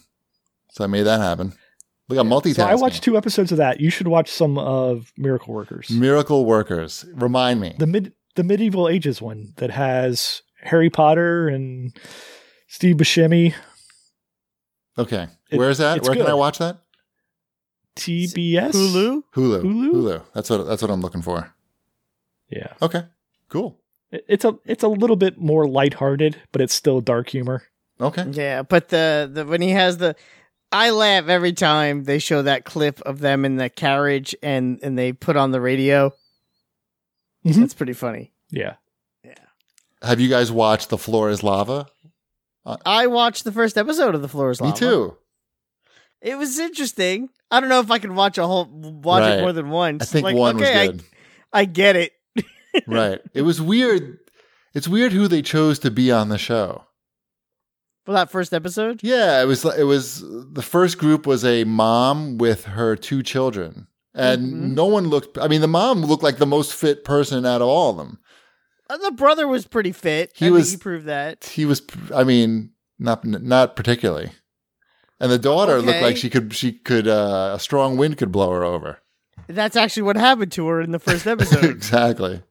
B: So I made that happen. Look at multitasking.
C: So I watched two episodes of that. You should watch some of Miracle Workers.
B: Miracle Workers. Remind me.
C: the mid the medieval ages one that has Harry Potter and Steve Buscemi,
B: Okay,
C: It-
B: where is that?
C: it's
B: Where can
C: good.
B: I watch that?
C: TBS,
A: Hulu.
B: Hulu.
C: Hulu?
B: That's what that's what I'm looking for.
C: Yeah,
B: Okay, cool.
C: It- it's a it's a little bit more lighthearted, but it's still dark humor. Mm.
B: Okay.
A: Yeah, but the, the when he has the, I laugh every time they show that clip of them in the carriage and and they put on the radio.
C: Mhm.
A: That's pretty funny.
C: Yeah,
B: Have you guys watched The Floor Is Lava?
A: I watched the first episode of The Floor Is Lava.
B: Me too.
A: It was interesting. I don't know if I could watch a whole watch
B: Right.
A: it more than once.
B: I think
A: Like,
B: one
A: okay,
B: was good.
A: I, I get it.
B: right. It was weird. It's weird who they chose to be on the show.
A: For that first episode?
B: Yeah, it was. It was the first group was a mom with her two children, and
A: Mhm.
B: no one looked. I mean, the mom looked like the most fit person out of all of them.
A: Uh, The brother was pretty fit.
B: He
A: I think
B: was-
A: he proved that.
B: He was. I mean, not not particularly. And the daughter looked
A: Okay.
B: like she could. She could. Uh, a strong wind could blow her over.
A: That's actually what happened to her in the first episode.
B: exactly.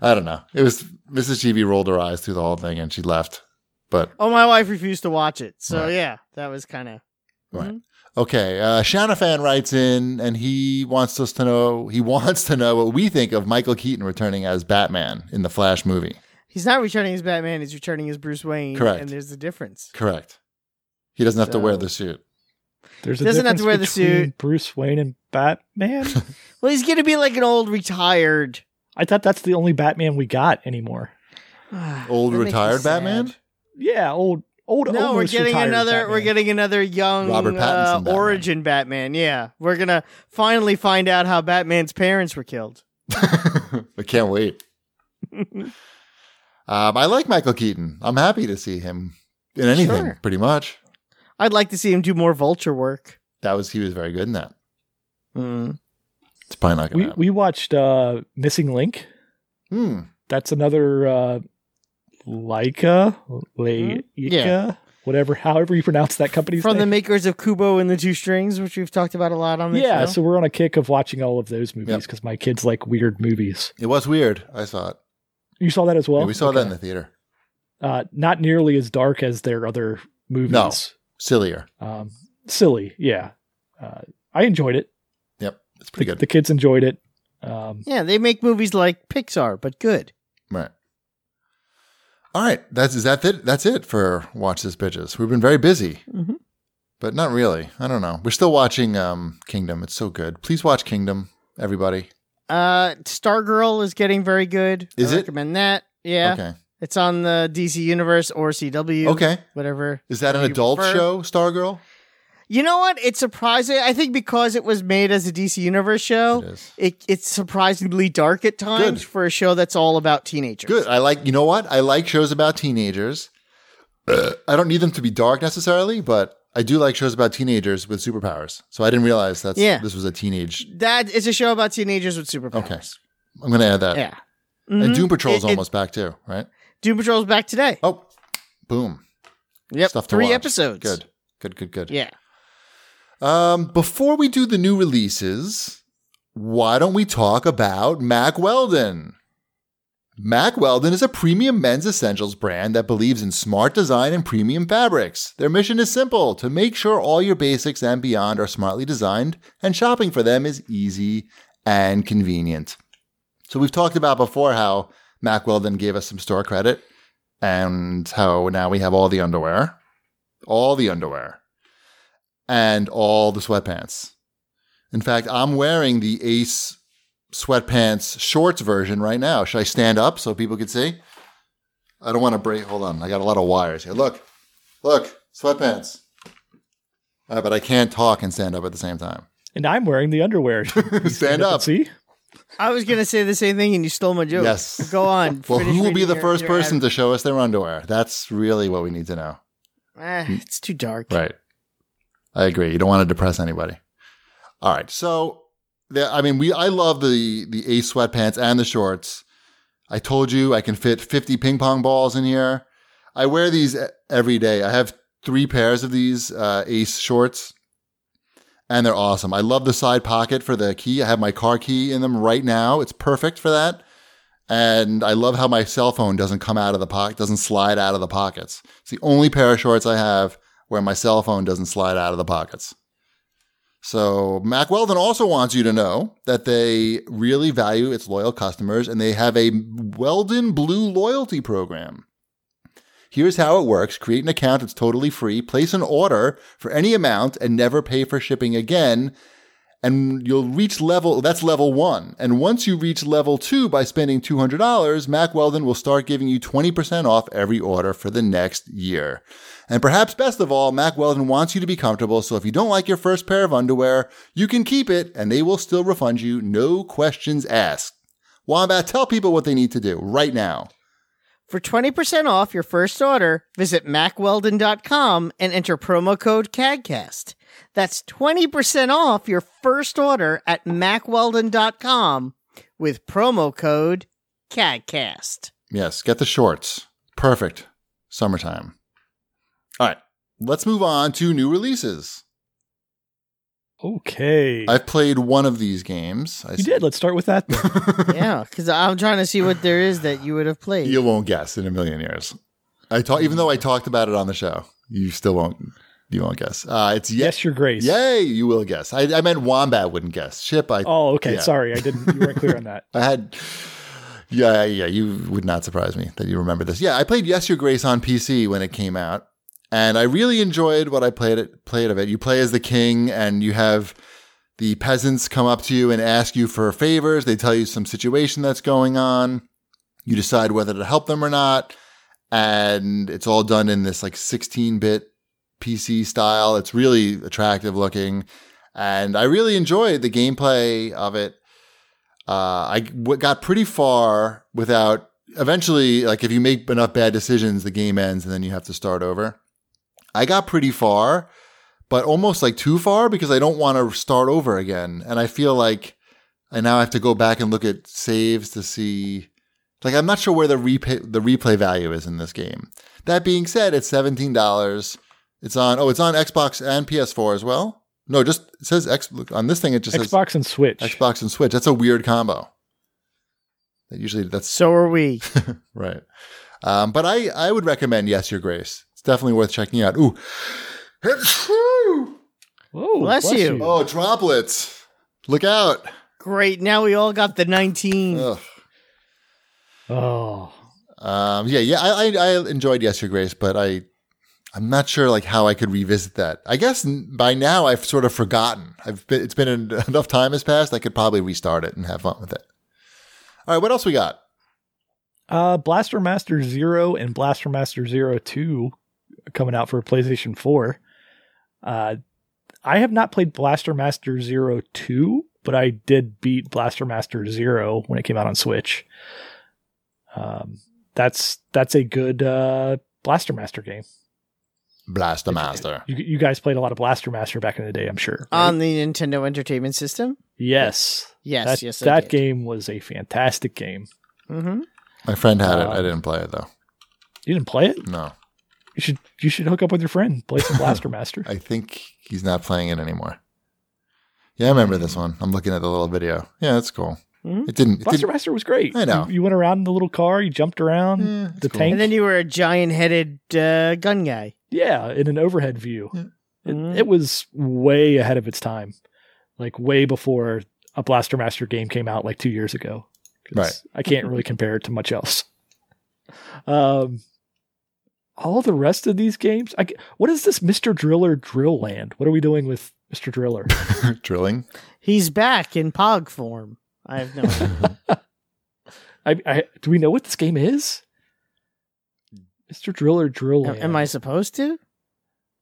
B: I don't know. It was Mrs. G V rolled her eyes through the whole thing and she left. But
A: oh, my wife refused to watch it. So
B: Right.
A: yeah, that was kind of
B: Right. Okay, uh, Shanafan writes in, and he wants us to know. He wants to know what we think of Michael Keaton returning as Batman in the Flash movie.
A: He's not returning as Batman, he's returning as Bruce Wayne.
B: Correct.
A: And there's the difference.
B: Correct. He doesn't have to
A: So-
B: wear the suit.
C: There's a
A: Doesn't have
C: difference
A: to wear the
C: between
A: suit.
C: Bruce Wayne and Batman.
A: Well, he's going to be like an old retired.
C: I thought that's the only Batman we got anymore.
B: Old
A: That makes me
B: retired
A: sad.
B: Batman?
C: Yeah, old old.
A: No, we're
C: almost
A: getting
C: retired
A: another. We're
C: Batman.
A: getting another young
B: Robert Pattinson
A: uh,
B: Batman.
A: origin Batman. Yeah, we're gonna finally find out how Batman's parents were killed.
B: I can't wait. um, I like Michael Keaton. I'm happy to see him in anything,
A: Sure.
B: pretty much.
A: I'd like to see him do more Vulture work.
B: That was he was very good in that. Hmm.
A: Mm.
B: It's probably not gonna
C: We
B: happen.
C: we watched uh, Missing Link.
B: Hmm.
C: That's another uh, Leica,
B: Mm-hmm.
C: Leica,
A: Yeah.
C: whatever, however you pronounce that company's
A: From the
C: name.
A: makers of Kubo and the Two Strings, which we've talked about a lot on this
C: yeah,
A: show.
C: so we're on a kick of watching all of those movies
B: Yep.
C: because my kids like weird movies.
B: It was weird. I saw it.
C: You saw that as well.
B: Yeah, we saw that in the
C: Okay.
B: theater.
C: uh, not nearly as dark as their other movies.
B: Sillier.
C: um, silly. Yeah, uh, I enjoyed it.
B: Yep. It's pretty
C: the,
B: good.
C: the kids enjoyed it. Um,
A: yeah, they make movies like Pixar, but good.
B: Right. All right. That's is that it? That's it for Watch This Bitches. We've been very busy,
A: Mhm.
B: but not really. I don't know. We're still watching um, Kingdom. It's so good. Please watch Kingdom, everybody.
A: Uh, Stargirl is getting very good.
B: Is
A: I
B: it?
A: recommend that. Yeah,
B: Okay.
A: it's on the DC Universe or CW.
B: Okay.
A: whatever.
B: Is that an
A: You
B: adult
A: prefer?
B: show, Stargirl?
A: You know what? It's surprising. I think because it was made as a DC Universe show,
B: It is.
A: it, it's surprisingly dark at times for a show that's all about teenagers.
B: Good. I like. You know what? I like shows about teenagers. I don't need them to be dark necessarily, but I do like shows about teenagers with superpowers. So I didn't realize that's
A: Yeah.
B: this was a teenage.
A: That is a show about teenagers with superpowers.
B: Okay. I'm gonna add that.
A: Yeah.
B: And
A: Mhm.
B: Doom Patrol's
A: It- it-
B: almost back too, right?
A: Doom Patrol's back today.
B: Oh, boom.
A: yep.
B: stuff to
A: Three
B: watch.
A: episodes.
B: Good. Good, good, good.
A: Yeah.
B: Um, before we do the new releases, why don't we talk about Mac Weldon? Mac Weldon is a premium men's essentials brand that believes in smart design and premium fabrics. Their mission is simple to make sure all your basics and beyond are smartly designed, and shopping for them is easy and convenient. So, we've talked about before how Mac Weldon gave us some store credit and how now we have all the underwear. All the underwear and all the sweatpants. In fact, I'm wearing the Ace sweatpants shorts version right now. Should I stand up so people can see? I don't want to break. Hold on. I got a lot of wires here. Look, look, sweatpants. Uh, but I can't talk and stand up at the same time.
C: and I'm wearing the underwear. You
B: Stand up.
C: and See,
A: I was going to say the same thing and you stole my joke.
B: Yes.
A: Go on.
B: Well,
A: Finish
B: who will be
A: reading
B: the
A: your-
B: first
A: your
B: person
A: ad-
B: to show us their underwear? That's really what we need to know.
A: Ah, it's too dark.
B: Right. I agree. You don't want to depress anybody. All right. So, the, I mean, we I love the the Ace sweatpants and the shorts. I told you I can fit 50 ping pong balls in here. I wear these e- every day. I have three pairs of these uh, Ace shorts, and they're awesome. I love the side pocket for the key. I have my car key in them right now. It's perfect for that. And I love how my cell phone doesn't come out of the pocket, doesn't slide out of the pockets. It's the only pair of shorts I have where my cell phone doesn't slide out of the pockets. So, Mac Weldon also wants you to know that they really value its loyal customers and they have a Weldon Blue loyalty program. Here's how it works create an account, it's totally free, place an order for any amount, and never pay for shipping again. And you'll reach level, that's level one. And once you reach level two by spending $200, Mac Weldon will start giving you 20% off every order for the next year. And perhaps best of all, Mac Weldon wants you to be comfortable, so if you don't like your first pair of underwear, you can keep it and they will still refund you, no questions asked. Wombat, tell people what they need to do right now.
A: For 20% off your first order, visit macweldon.com and enter promo code CADCAST. That's 20% off your first order at macweldon.com with promo code CADCAST.
B: Yes, get the shorts. Perfect. Summertime. All right, let's move on to new releases.
C: Okay.
B: I've played one of these games. I
C: you did. Let's start with that. then.
A: yeah, because I'm trying to see what there is that you would have played.
B: You won't guess in a million years. I talk, even though I talked about it on the show, you still won't. You won't guess. Uh, it's yes,
C: yes, Your Grace.
B: yay, you will guess. I, I meant wombat wouldn't guess. Chip, I,
C: Oh, okay.
B: Yeah.
C: Sorry, I didn't. You weren't clear on that.
B: I had. Yeah, yeah, you would not surprise me that you remember this. Yeah, I played Yes Your Grace on PC when it came out, and I really enjoyed what I played it played of it. You play as the king, and you have the peasants come up to you and ask you for favors. They tell you some situation that's going on. You decide whether to help them or not. And it's all done in this like 16 bit PC style. It's really attractive looking. And I really enjoyed the gameplay of it. Uh, I w- got pretty far without eventually, like, if you make enough bad decisions, the game ends and then you have to start over. I got pretty far, but almost like too far because I don't want to start over again. And I feel like I now have to go back and look at saves to see. Like, I'm not sure where the replay, the replay value is in this game. That being said, it's $17. It's on, oh, it's on Xbox and PS4 as well. No, just, it says X, look, on this thing, it just says
C: Xbox and Switch.
B: Xbox and Switch. That's a weird combo. That usually that's
A: So are we.
B: right. Um, but I I would recommend Yes Your Grace. It's definitely worth checking out. Ooh.
C: Whoa,
A: Bless you.
B: Oh, droplets. Look out.
A: Great. Now we all got the 19.
B: Ugh.
C: Oh.
B: Um, yeah, yeah. I, I I enjoyed Yes Your Grace, but I I'm not sure like how I could revisit that. I guess n- by now I've sort of forgotten. I've been it's been en- enough time has passed. I could probably restart it and have fun with it. All right, what else we got?
C: Uh, Blaster Master Zero and Blaster Master Zero Two coming out for PlayStation Four. Uh, I have not played Blaster Master Zero Two, but I did beat Blaster Master Zero when it came out on Switch. Um, that's that's a good uh, Blaster Master game.
B: Blaster Master.
C: You, you guys played a lot of Blaster Master back in the day, I'm sure. right?
A: On the Nintendo Entertainment System?
C: yes,
A: Um, Yes,
C: that,
A: yes. I
C: that
A: did.
C: game was a fantastic game.
A: Mm-hmm.
B: My friend had it. I
C: Uh,
B: didn't play it though.
C: You didn't play it?
B: No.
C: You should you should hook up with your friend, play some Blaster Master.
B: I think he's not playing it anymore. Yeah, I remember this one. I'm looking at the little video. Yeah, that's cool.
A: Mhm.
C: Hmm?
B: It didn't. It
C: Blaster
B: didn't
C: Master was great.
B: I know.
C: You, you went around in the little car, you jumped around
B: Yeah, it's
C: the
B: cool.
C: tank.
A: And then you were a giant headed uh, gun guy.
C: yeah, in an overhead view.
B: Yeah.
C: It,
A: Mhm.
C: it was way ahead of its time, like way before a Blaster Master game came out like two years ago. 'Cause
B: Right.
C: I can't really compare it to much else. Um, all the rest of these games, I, g- what is this Mr. Driller Drill Land? What are we doing with Mr. Driller?
B: drilling.
A: He's back in Pog form. I have no idea.
C: I, I, do we know what this game is? Mr. Driller Drill
A: Am-
C: Land.
A: Am I supposed to?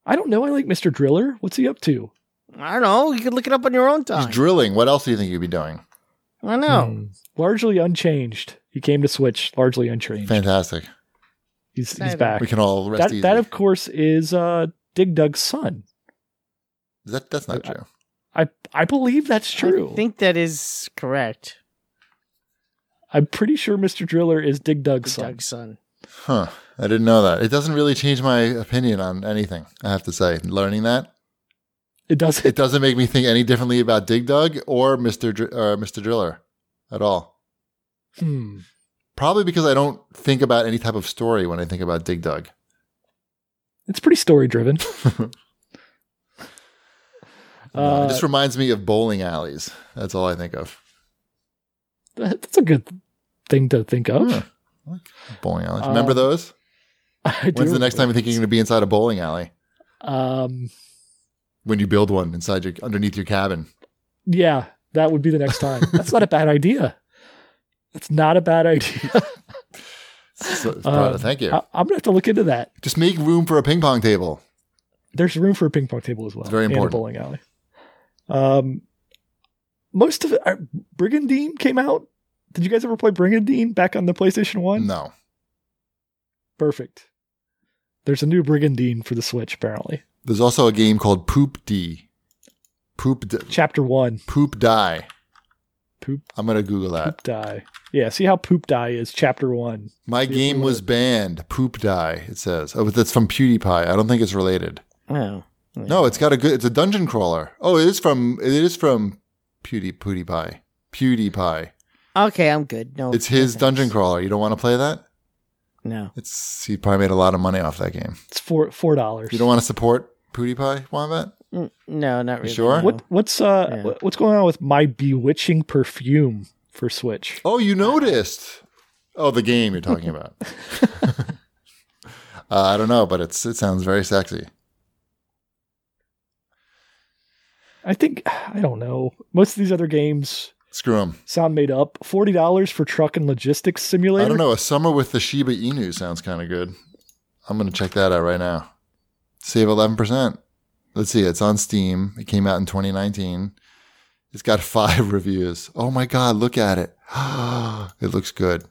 C: I don't know. I like Mr. Driller. What's he up to?
A: I don't know. You could look it up on your own
B: He's
A: time.
B: drilling. What else do you think you'd be doing?
A: I know.
C: Hmm. Largely unchanged. He came to Switch largely unchanged.
B: Fantastic.
C: He's, he's
A: Exciting.
C: back.
B: We can all rest
C: That,
B: easy.
C: that, of course, is uh, Dig Dug's son.
B: Is that- that's not
C: uh,
B: true.
C: I, I believe that's true.
A: I think that is correct.
C: I'm pretty sure Mr. Driller is Dig Dug's son.
A: Doug's son.
B: Huh. I didn't know that. It doesn't really change my opinion on anything. I have to say, learning that
C: It does
B: it doesn't make me think any differently about Dig Dug or Mister Dr- or Mister Driller at all.
C: Hmm.
B: Probably because I don't think about any type of story when I think about Dig Dug.
C: It's pretty story driven.
B: Uh,
C: Uh,
B: it just reminds me of bowling alleys. That's all I think of.
C: That- That's a good thing to think of.
B: Hmm. Bowling alleys. Remember
C: Um,
B: those?
C: I do
B: When's the next time
C: remember
B: you think you're going to be inside a bowling alley?
C: that. Um,
B: When you build one inside your underneath your cabin.
C: yeah, that would be the next time. that's not a bad idea. That's not a bad idea.
B: So, it's
C: Um,
B: pro- thank you.
C: I, I'm gonna have to look into that.
B: just make room for a ping pong table.
C: there's room for a ping pong table as well.
B: It's very
C: and a
B: important.
C: bowling alley. Um, most of it, uh, Brigandine came out Did you guys ever play Brigandine back on the PlayStation 1?
B: No.
C: Perfect. There's a new Brigandine for the Switch, apparently.
B: There's also a game called Poop D. Poop D-
C: Chapter 1
B: Poop Die.
C: Poop,
B: I'm gonna Google that.
C: poop Die. Yeah, see how Poop Die is Chapter 1.
B: My
C: Here's
B: game
C: the
B: was
C: word.
B: banned. Poop Die. It says. Oh, but that's from PewDiePie. I don't think it's related.
A: Oh.
B: No, it's got a good. It's a dungeon crawler. Oh, it is from. It is from Pewdie PewDiePie. PewDiePie.
A: Okay, I'm good. No.
B: It's his
A: no
B: dungeon
A: thanks.
B: crawler. You don't want to play that?
A: No.
B: It's he probably made a lot of money off that game.
C: It's four four dollars.
B: You don't want to support PewDiePie, Wombat?
A: Mm, No, not really.
B: sure?
A: no.
C: what what's uh
A: Yeah.
C: wh- what's going on with my bewitching perfume for Switch?
B: Oh, you noticed. Oh, the game you're talking about. uh, I don't know, but it's it sounds very sexy.
C: I think I don't know. Most of these other games
B: Screw him.
C: sound made up. Forty dollars for truck and logistics simulator.
B: I don't know. A summer with the Shiba Inu sounds kind of good. I'm gonna check that out right now. Save eleven percent. Let's see. It's on Steam. It came out in 2019. It's got five reviews. Oh my god! Look at it. it looks good.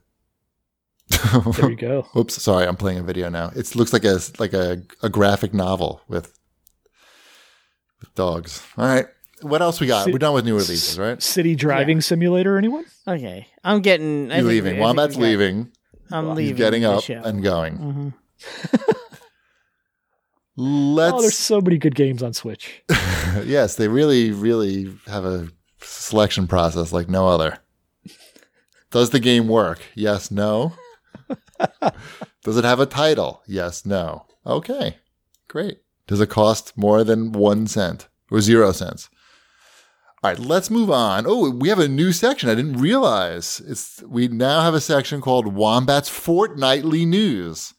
C: There you go.
B: Oops, sorry, I'm playing a video now. It looks like a like a, a graphic novel with with dogs. All right, what else we got?
C: Si-
B: We're done with new releases, right?
C: City driving simulator. Anyone?
A: Okay, I'm getting. I
B: You
A: think- I
B: leaving?
A: think
B: Wombat's
A: we got-
B: leaving.
A: I'm leaving.
B: He's getting
A: the
B: up
A: show.
B: and going.
A: Mhm.
C: Oh, there's
B: Let's.
C: so many good games on Switch.
B: yes, they really, really have a selection process like no other. Does the game work? Yes. No. Does it have a title? Yes. No. Okay. Great. Does it cost more than one cent or zero cents? All right, let's move on. Oh, we have a new section. I didn't realize it's. We now have a section called Wombat's Fortnightly News.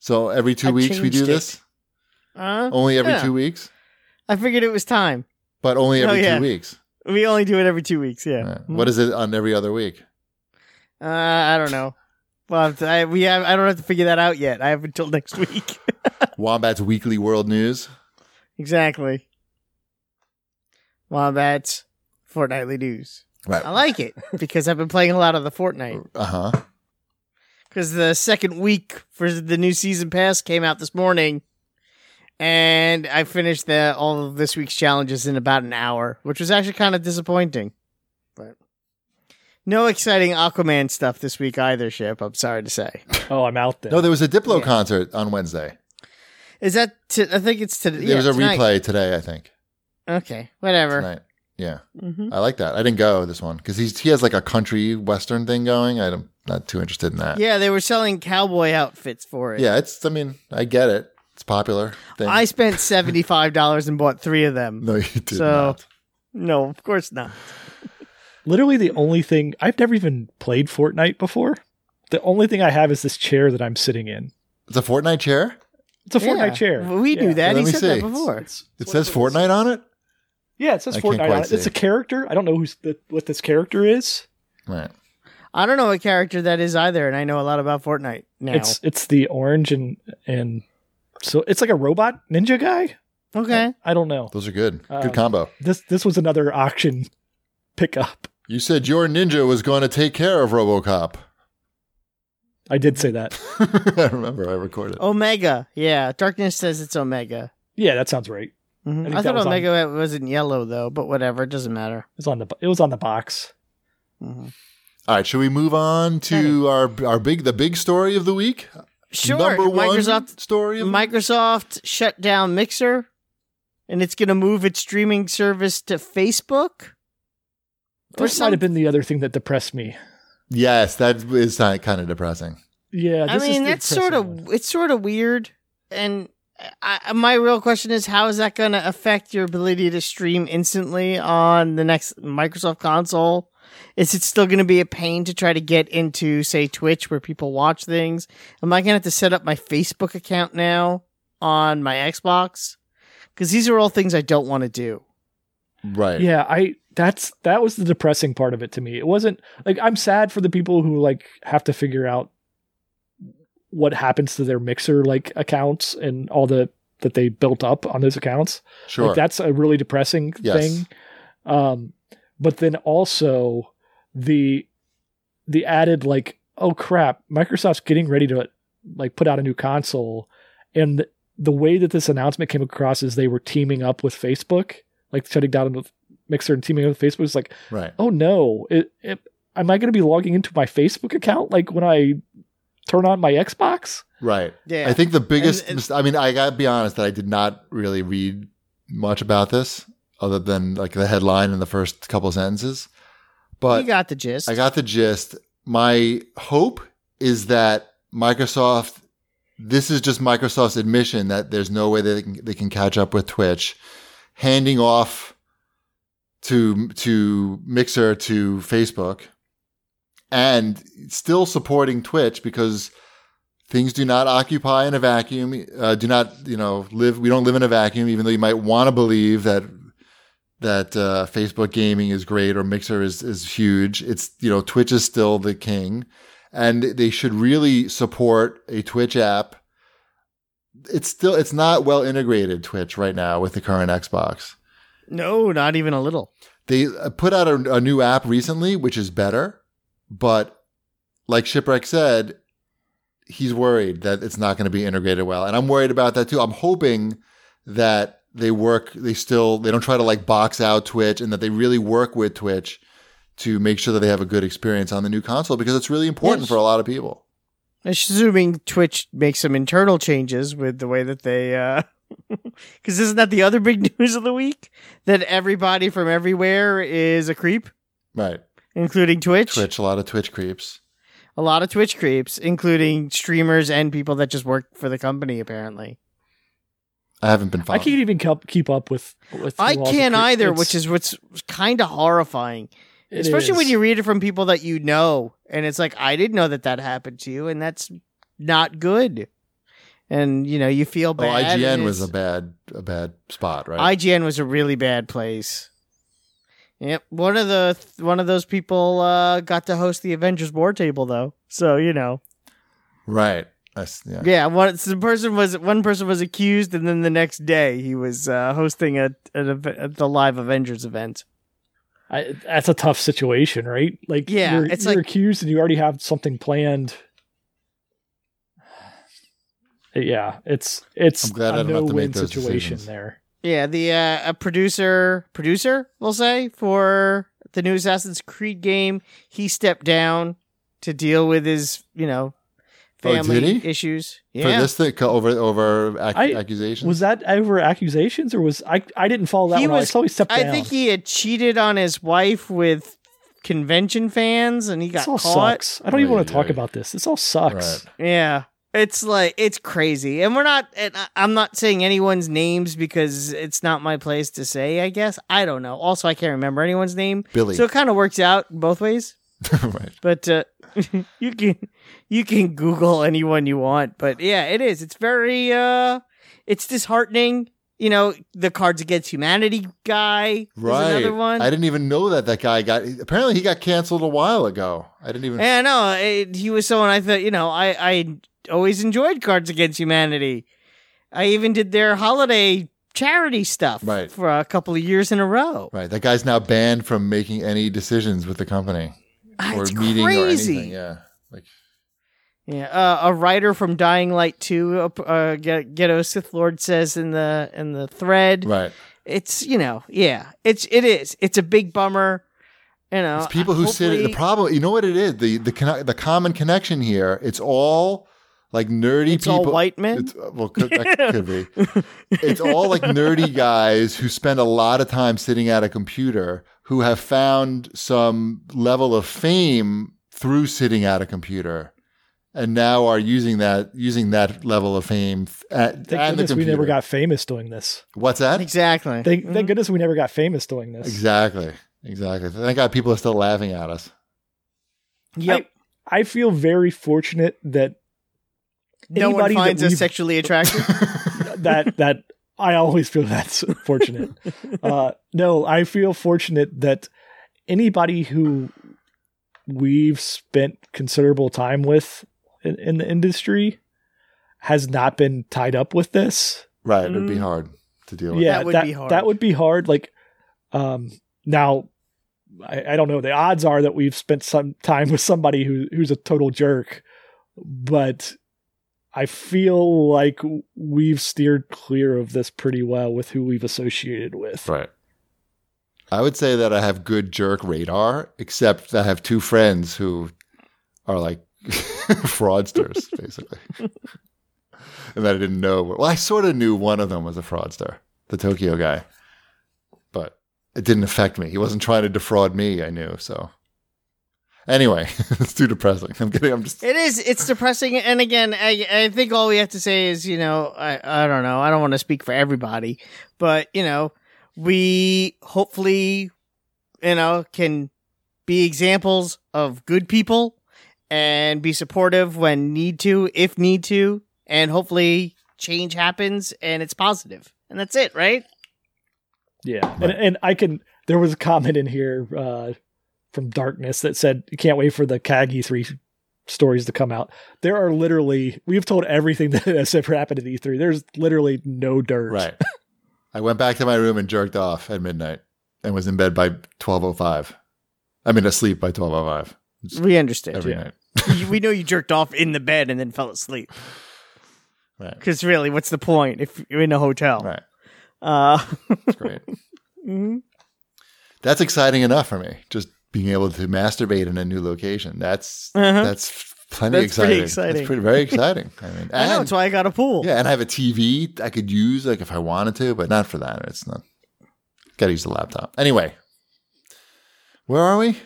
B: So every two
A: I
B: weeks we
A: changed
B: do
A: it.
B: this.
A: Huh?
B: Only every
A: Yeah.
B: two weeks,
A: I figured it was time.
B: but only
A: Oh,
B: every
A: yeah.
B: two weeks.
A: We only do it every two weeks.
B: All
A: Yeah. Hmm. Mm-hmm.
B: right. What is it on every other week?
A: Uh, I don't know. Well, I, we have. I don't have to figure that out yet. I have until next week.
B: Wombat's Weekly World News.
A: exactly. Wombat's Fortnightly News.
B: Right.
A: I like it because I've been playing a lot of the Fortnite.
B: Uh huh.
A: Because the second week for the new season pass came out this morning, and I finished the all of this week's challenges in about an hour, which was actually kind of disappointing. But no exciting Aquaman stuff this week either, Ship. I'm sorry to say.
C: Oh, I'm out there.
B: No, there was a Diplo
A: Yeah.
B: concert on Wednesday.
A: Is that? T- I think it's today.
B: There
A: yeah,
B: was a
A: tonight.
B: replay today, I think.
A: Okay, whatever.
B: Tonight. Yeah.
A: Mm-hmm.
B: I like that. I didn't go this one because he's he has like a country western thing going. I'm not too interested in that.
A: Yeah, they were selling cowboy outfits for it.
B: Yeah, it's. I mean, I get it. It's a popular. Thing.
A: I spent seventy five dollars and bought three of them.
B: no, you did
A: So-
B: not.
A: No, of course not.
C: Literally the only thing I've never even played Fortnite before. The only thing I have is this chair that I'm sitting in.
B: It's a Fortnite chair.
C: It's a Fortnite
A: Yeah.
C: chair.
A: We knew
C: Yeah.
A: that.
B: Let
A: he
B: me
A: said
B: see.
A: that before.
B: It says Fortnite on it.
C: Yeah, it says
B: I can't
C: Fortnite.
B: quite
C: On it. It's
B: see.
C: a character. I don't know who's the, what this character is.
B: Right.
A: I don't know what character that is either, and I know a lot about Fortnite now.
C: It's it's the orange and and so it's like a robot ninja guy.
A: okay.
C: I, I don't know.
B: Those are good.
C: Um,
B: good combo.
C: This this was another auction pickup.
B: You said your ninja was going to take care of RoboCop.
C: I did say that.
B: I remember. I recorded.
A: Omega. Yeah. Darkness says it's Omega.
C: Yeah, that sounds right.
A: Mhm.
C: think
A: I,
C: that
A: thought
C: was on-
A: Omega was in yellow though, but whatever. It doesn't matter.
C: It was on the it was on the box.
A: Mhm.
B: All right, should we move on to our our big the big story of the week?
A: Sure.
B: Number one
A: Microsoft
B: story of
A: Microsoft shut down Mixer, and it's going to move its streaming service to Facebook. Or
C: This might have been the other thing that depressed me.
B: Yes, that is kind of depressing.
C: Yeah,
A: I
C: this is
A: mean,
C: the
A: that's sort of
C: depressing one.
A: it's sort of weird, and I, I- my real question is, how is that going to affect your ability to stream instantly on the next Microsoft console? Is it still going to be a pain to try to get into, say, Twitch where people watch things? Am I going to have to set up my Facebook account now on my Xbox? Because these are all things I don't want to do.
B: Right.
C: yeah. I that's that was the depressing part of it to me. It wasn't like I'm sad for the people who like have to figure out what happens to their mixer like accounts and all the that they built up on those accounts.
B: Sure.
C: Like that's a really depressing
B: Yes.
C: thing. Um, but then also the the added like, oh crap, Microsoft's getting ready to like put out a new console, and the way that this announcement came across is they were teaming up with Facebook, like shutting down with Mixer and teaming up with Facebook. It's like,
B: Right.
C: oh no, it, it, am I going to be logging into my Facebook account like when I turn on my Xbox?
B: Right.
A: Yeah.
B: I think the biggest.
A: and-
B: mis- I mean, I gotta be honest that I did not really read much about this, other than like the headline and the first couple sentences. But
A: you got the gist.
B: I got the gist. My hope is that Microsoft. This is just Microsoft's admission that there's no way that they can, they can catch up with Twitch, handing off to to Mixer to Facebook, and still supporting Twitch because things do not occupy in a vacuum. Uh, do not you know live? We don't live in a vacuum, even though you might want to believe that that uh, Facebook gaming is great or Mixer is is huge. It's you know Twitch is still the king, and they should really support a Twitch app. It's still it's not well integrated Twitch right now with the current Xbox.
A: no, not even a little.
B: They uh, put out a, a new app recently, which is better, but like Shipwreck said, he's worried that it's not going to be integrated well, and I'm worried about that too. I'm hoping that they work, they still they don't try to like box out Twitch, and that they really work with Twitch to make sure that they have a good experience on the new console because it's really important
A: Yes.
B: for a lot of people.
A: Assuming Twitch makes some internal changes with the way that they, uh, because isn't that the other big news of the week? That everybody from everywhere is a creep,
B: Right,
A: including Twitch.
B: Twitch, a lot of Twitch creeps.
A: A lot of Twitch creeps, including streamers and people that just work for the company, apparently.
B: I haven't been
C: I
B: following.
C: can't even keep, keep up with. with
A: I
C: the laws of
A: can't
C: cre-
A: either,
C: it's-
A: which is what's kind of horrifying,
C: it
A: especially when
C: is.
A: you read it from people that you know, and it's like I didn't know that that happened to you, and that's not good. And you know you feel
B: Oh,
A: bad. and
B: IGN was
A: it's-
B: a bad a bad spot, right?
A: IGN was a really bad place. Yep, one of the one of those people uh, got to host the Avengers War table though, so you know.
B: right. I s- yeah.
A: Yeah, one so the person was one person was accused, and then the next day he was uh, hosting a, an ev at the live Avengers event.
C: I, that's a tough situation, right? Like,
A: Yeah,
C: you're,
A: it's
C: you're
A: like-
C: accused and you already have something planned. Yeah, it's it's
B: I'm glad I
C: a
B: don't have to
C: no-win
B: make those
C: situation
B: decisions.
C: there.
A: Yeah, the uh, a producer producer we'll say for the new Assassin's Creed game, he stepped down to deal with his you know
B: Oh, did
A: family
B: he?
A: issues.
B: For
A: Yeah,
B: this thing co- over over ac-
C: I-
B: accusations,
C: Was that ever accusations or was I? I didn't follow that
A: He
C: one. I
A: was-
C: saw he stepped
A: I
C: down.
A: think he had cheated on his wife with convention fans, and he got
C: this all
A: caught.
C: sucks. I don't even want to talk
B: Oy, oy.
C: about this. This all sucks.
A: Yeah. It's like it's crazy. And we're not and I- I'm not saying anyone's names because it's not my place to say, I guess. I don't know. Also, I can't remember anyone's name.
B: Billy.
A: So it kind of works out both ways.
B: right.
A: But uh, you can you can google anyone you want, but yeah, it is. It's very uh it's disheartening. You know, the Cards Against Humanity guy is
B: Right.
A: another one.
B: I didn't even know that that guy got. Apparently, he got canceled a while ago. I didn't even.
A: Yeah, no, it, he was someone I thought, you know, I, I always enjoyed Cards Against Humanity. I even did their holiday charity stuff
B: Right.
A: for a couple of years in a row.
B: right. That guy's now banned from making any decisions with the company
A: Ah,
B: or
A: it's
B: meeting or
A: crazy.
B: anything. Yeah. Like
A: Yeah, uh, a writer from Dying Light 2, uh, uh, Get- Ghetto Sith Lord says in the in the thread,
B: right.
A: it's, you know, yeah, it's it is. It's a big bummer, you know.
B: It's people who sit. The
A: Uh, hopefully-
B: problem. You know what it is. The the conne- the common connection here. It's all like nerdy
A: It's
B: people.
A: all white men.
B: It's, uh, well, could, that could be. It's all like nerdy guys who spend a lot of time sitting at a computer who have found some level of fame through sitting at a computer, and now are using that using that level of fame th- at,
C: Thank
B: and the
C: goodness we
B: computer.
C: never got famous doing this.
B: What's that?
A: exactly.
C: Thank,
A: Mhm.
C: thank goodness we never got famous doing this.
B: Exactly. Exactly. Thank God people are still laughing at us.
A: Mm-hmm. Yep.
C: I feel very fortunate that
A: no one
C: anybody that
A: finds us
C: we've-
A: sexually attractive.
C: that that I always feel that's fortunate. Uh, no, I feel fortunate that anybody who we've spent considerable time with in, in the industry has not been tied up with this.
B: Right. It'd be
A: Mm.
B: hard to deal with.
C: Yeah,
A: That would be hard.
C: That would be hard. Like, um, now I, I don't know. The odds are that we've spent some time with somebody who who's a total jerk, but I feel like we've steered clear of this pretty well with who we've associated with.
D: Right.
B: I would say that I have good jerk radar, except I have two friends who are like fraudsters, basically. and that I didn't know. Well, I sort of knew one of them was a fraudster, the Tokyo guy, but it didn't affect me. He wasn't trying to defraud me. I knew so. Anyway, it's too depressing. I'm getting. I'm just.
A: It is. It's depressing. And again, I, I think all we have to say is, you know, I, I don't know. I don't want to speak for everybody, but, you know, we hopefully, you know, can be examples of good people and be supportive when need to, if need to, and hopefully change happens and it's positive. And that's it, right?
C: Yeah. And, and I can, there was a comment in here uh, from Darkness that said, you can't wait for the Kagi 3 E stories to come out. There are literally, we've told everything that has ever happened at E3. There's literally no dirt.
B: Right. I went back to my room and jerked off at midnight and was in bed by 12.05. I mean, asleep by 12.05
A: We understand.
B: every
C: Yeah.
B: night.
A: You- we know you jerked off in the bed and then fell asleep.
B: Right.
A: Because really, what's the point if you're in a hotel?
B: Right.
A: Uh,
B: It's great.
A: mhm.
B: That's exciting enough for me. Just being able to masturbate in a new location. That's
A: Uh-huh.
B: that's plenty
A: That's
B: exciting.
A: pretty exciting.
B: That's pretty very exciting. I mean,
A: I know.
B: and-
A: That's why I got a pool.
B: Yeah, and I have a TV I could use like if I wanted to, but not for that. It's not. Got to use the laptop anyway. Where are we?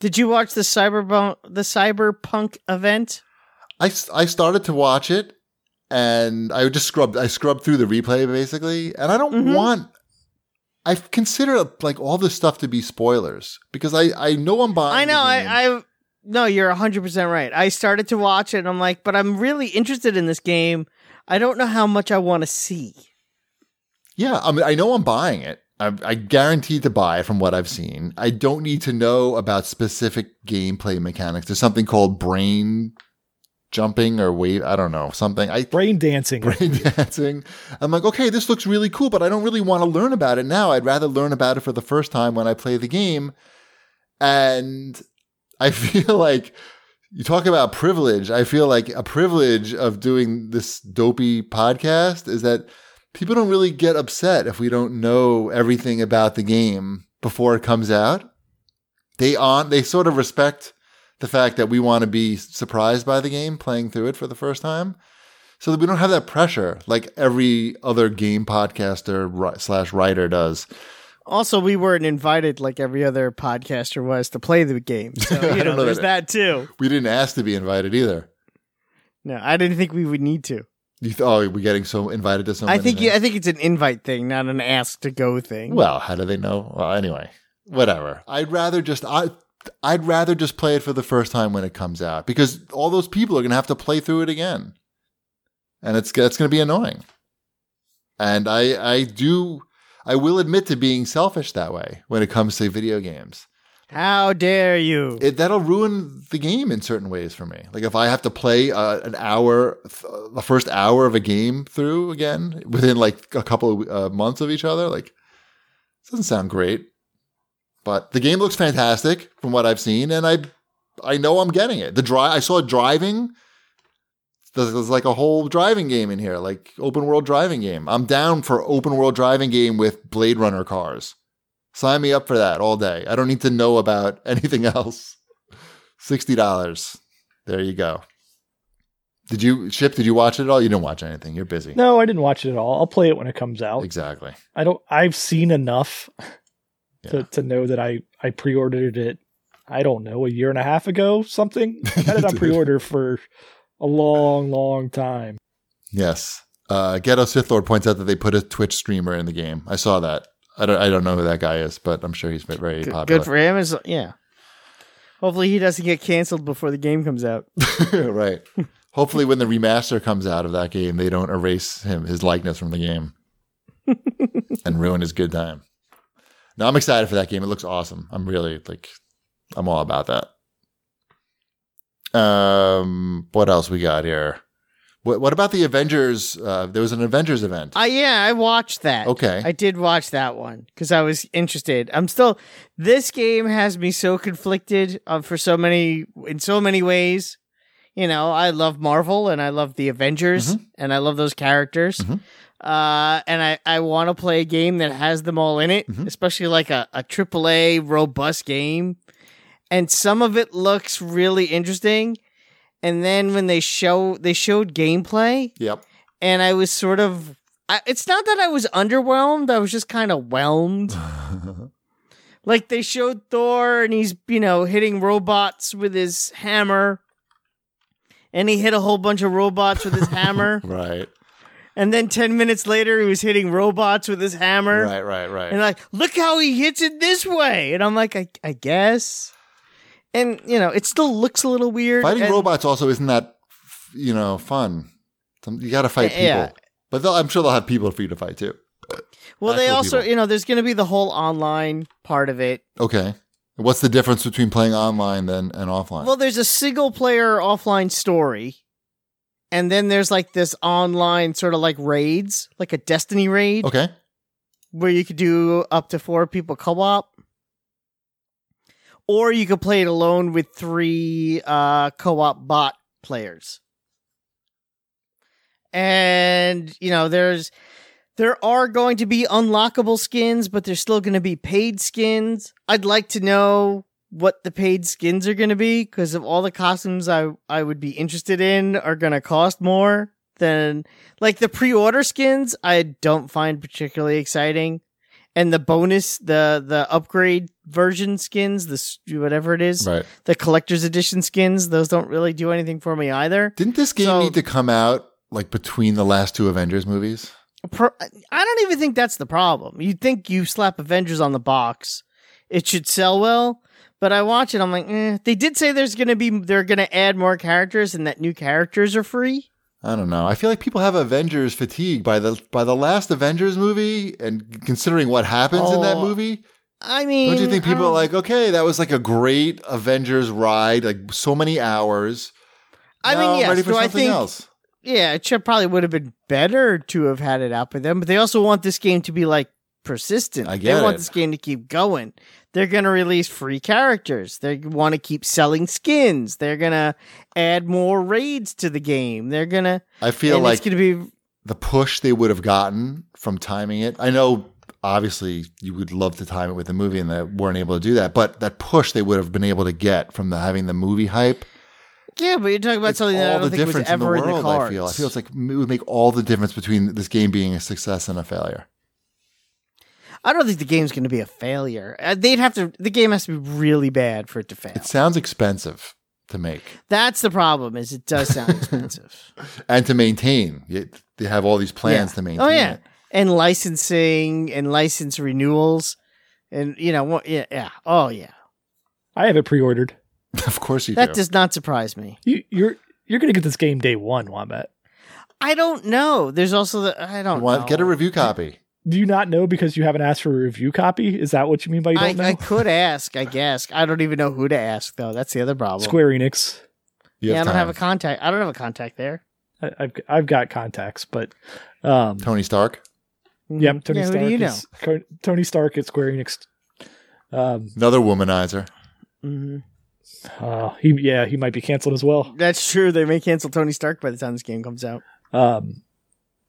A: Did you watch the cyber the cyberpunk event?
B: I, s- I started to watch it, and I just scrubbed. I scrubbed through the replay basically, and I don't
A: Mhm.
B: want. I consider like all this stuff to be spoilers because I I know I'm buying.
A: I know.
B: the game.
A: I, I no, you're 100 percent right. I started to watch it. and I'm like, but I'm really interested in this game. I don't know how much I want to see.
B: Yeah, I mean, I know I'm buying it. I'm, I guaranteed to buy from what I've seen. I don't need to know about specific gameplay mechanics. There's something called brain jumping or wait, I don't know, something. I
C: Brain dancing.
B: brain dancing. I'm like, okay, this looks really cool, but I don't really want to learn about it now. I'd rather learn about it for the first time when I play the game. And I feel like you talk about privilege. I feel like a privilege of doing this dopey podcast is that people don't really get upset if we don't know everything about the game before it comes out. They on they sort of respect the fact that we want to be surprised by the game playing through it for the first time so that we don't have that pressure like every other game podcaster ri- slash writer does.
A: Also, we weren't invited like every other podcaster was to play the game. So
B: I
A: you know,
B: don't know
A: there's
B: that-
A: that too.
B: We didn't ask to be invited either.
A: No, I didn't think we would need to.
B: You th- oh, we're getting so invited to something.
A: I think you, I think it's an invite thing, not an ask to go thing.
B: well, how do they know? Well, anyway, whatever. I'd rather just I. I'd rather just play it for the first time when it comes out because all those people are going to have to play through it again, and it's that's going to be annoying. And I I do I will admit to being selfish that way when it comes to video games.
A: How dare you?
B: it, that'll ruin the game in certain ways for me. Like if I have to play uh, an hour, th- the first hour of a game through again within like a couple of uh, months of each other, like it doesn't sound great. But the game looks fantastic from what I've seen, and I I know I'm getting it. The drive I saw driving. There's, there's like a whole driving game in here, like open world driving game. I'm down for open world driving game with Blade Runner cars. Sign me up for that all day. I don't need to know about anything else. Sixty dollars. There you go. Did you ship? Did you watch it at all? You didn't watch anything. You're busy.
C: No, I didn't watch it at all. I'll play it when it comes out.
B: Exactly.
C: I don't. I've seen enough
B: Yeah.
C: to, to know that I I pre-ordered it. I don't know a year and a half ago, something. I had it on
B: Dude.
C: pre-order for a long, long time.
B: Yes. Uh, Ghetto Sith Lord points out that they put a Twitch streamer in the game. I saw that. I don't. I don't know who that guy is, but I'm sure he's been very
A: Good-
B: popular.
A: Good for him. Is yeah. Hopefully, he doesn't get canceled before the game comes out.
B: right. Hopefully, when the remaster comes out of that game, they don't erase him his likeness from the game and ruin his good time. No, I'm excited for that game. It looks awesome. I'm really like, I'm all about that. Um, what else we got here? What, what about the Avengers? Uh, there was an Avengers event.
A: I yeah, I watched that.
B: Okay.
A: I did watch that one because I was interested. I'm still. This game has me so conflicted uh, for so many in so many ways. You know, I love Marvel and I love the Avengers and I love those characters.
B: Mhm.
A: Uh, and I, I want to play a game that has them all in it,
B: Mhm.
A: especially like a, a AAA robust game. And some of it looks really interesting. And then when they show they showed gameplay,
B: Yep.
A: and I was sort of. I, it's not that I was underwhelmed. I was just kind of whelmed. Like they showed Thor, and he's you know hitting robots with his hammer, and he hit a whole bunch of robots with his hammer,
B: right.
A: and then ten minutes later he was hitting robots with his hammer,
B: Right. Right. Right.
A: and like look how he hits it this way, and I'm like I, I guess, and you know it still looks a little weird.
B: Fighting
A: and-
B: robots also isn't that, f- you know, fun. Some- You got to fight people,
A: Yeah.
B: but they'll, I'm sure they'll have people for you to fight too.
A: Well, they
B: actual
A: also
B: people.
A: you know there's going to be the whole online part of it,
B: Okay. What's the difference between playing online then and offline?
A: Well, there's a single player offline story, and then there's like this online sort of like raids, like a Destiny raid,
B: okay.
A: where you could do up to four people co op. Or you could play it alone with three uh, co op bot players. And, you know, there's. There are going to be unlockable skins, but there's still going to be paid skins. I'd like to know what the paid skins are going to be because of all the costumes I, I would be interested in are going to cost more than like the pre-order skins I don't find particularly exciting and the bonus the the upgrade version skins the s- whatever it is
B: Right.
A: the collector's edition skins those don't really do anything for me either
B: Didn't this game
A: So-
B: need to come out like between the last two Avengers movies?
A: Pro- I don't even think that's the problem. You'd think you slap Avengers on the box, it should sell well. But I watch it, I'm like, eh. they did say there's gonna be they're gonna add more characters and that new characters are free.
B: I don't know. I feel like people have Avengers fatigue by the by the last Avengers movie, and considering what happens in that
A: Oh,
B: movie,
A: I mean, um,
B: don't you think
A: I
B: people are
A: don't-
B: like, okay, that was like a great Avengers ride, like so many hours.
A: I mean,
B: Now I'm
A: yes.
B: ready for
A: do I
B: something
A: think?
B: else.
A: Yeah, it should probably would have been better to have had it out by then. But they also want this game to be like persistent.
B: I get
A: they want
B: it.
A: this game to keep going. They're gonna release free characters. They want to keep selling skins. They're gonna add more raids to the game. They're gonna
B: I feel
A: and
B: like
A: it's gonna be
B: the push they would have gotten from timing it. I know obviously you would love to time it with the movie and they weren't able to do that, but that push they would have been able to get from the having the movie hype.
A: yeah, but you're talking about
B: it's
A: something that I
B: all
A: don't
B: the
A: think was
B: difference in the
A: ever in the,
B: world,
A: cards.
B: I feel. I feel it's like it would make all the difference between this game being a success and a failure.
A: I don't think the game's gonna be a failure. Uh, They'd have to. The game has to be really bad for it to fail.
B: It sounds expensive to make
A: That's the problem. Is it does sound expensive.
B: and to maintain. You- They have all these plans
A: Yeah.
B: to maintain
A: Oh yeah,
B: it.
A: and licensing and license renewals, and you know what? Yeah, yeah. Oh yeah,
C: I have it pre-ordered.
B: of course you
A: that
B: do.
A: does not surprise me.
C: You, you're you're gonna get this game day one, Wombat.
A: I don't know. There's also the I
B: You
A: don't
B: want,
A: know.
B: get a review copy.
C: Do you not know because you haven't asked for a review copy? Is that what you mean by you
A: I,
C: don't
A: I
C: know?
A: could ask. I guess I don't even know who to ask though. That's the other problem.
C: Square Enix.
B: You
A: yeah, I
B: have
A: don't
B: time.
A: have a contact. I don't have a contact there.
C: I, I've I've got contacts, but um,
B: Tony Stark.
C: Mm-hmm.
B: Mm-hmm.
C: yep, Tony
A: yeah,
C: Stark.
A: Who do you know?
C: is- Co- Tony Stark at Square Enix. Um,
B: Another womanizer.
A: Mhm.
C: uh, he yeah, he might be canceled as well.
A: That's true. They may cancel Tony Stark by the time this game comes out.
C: Um,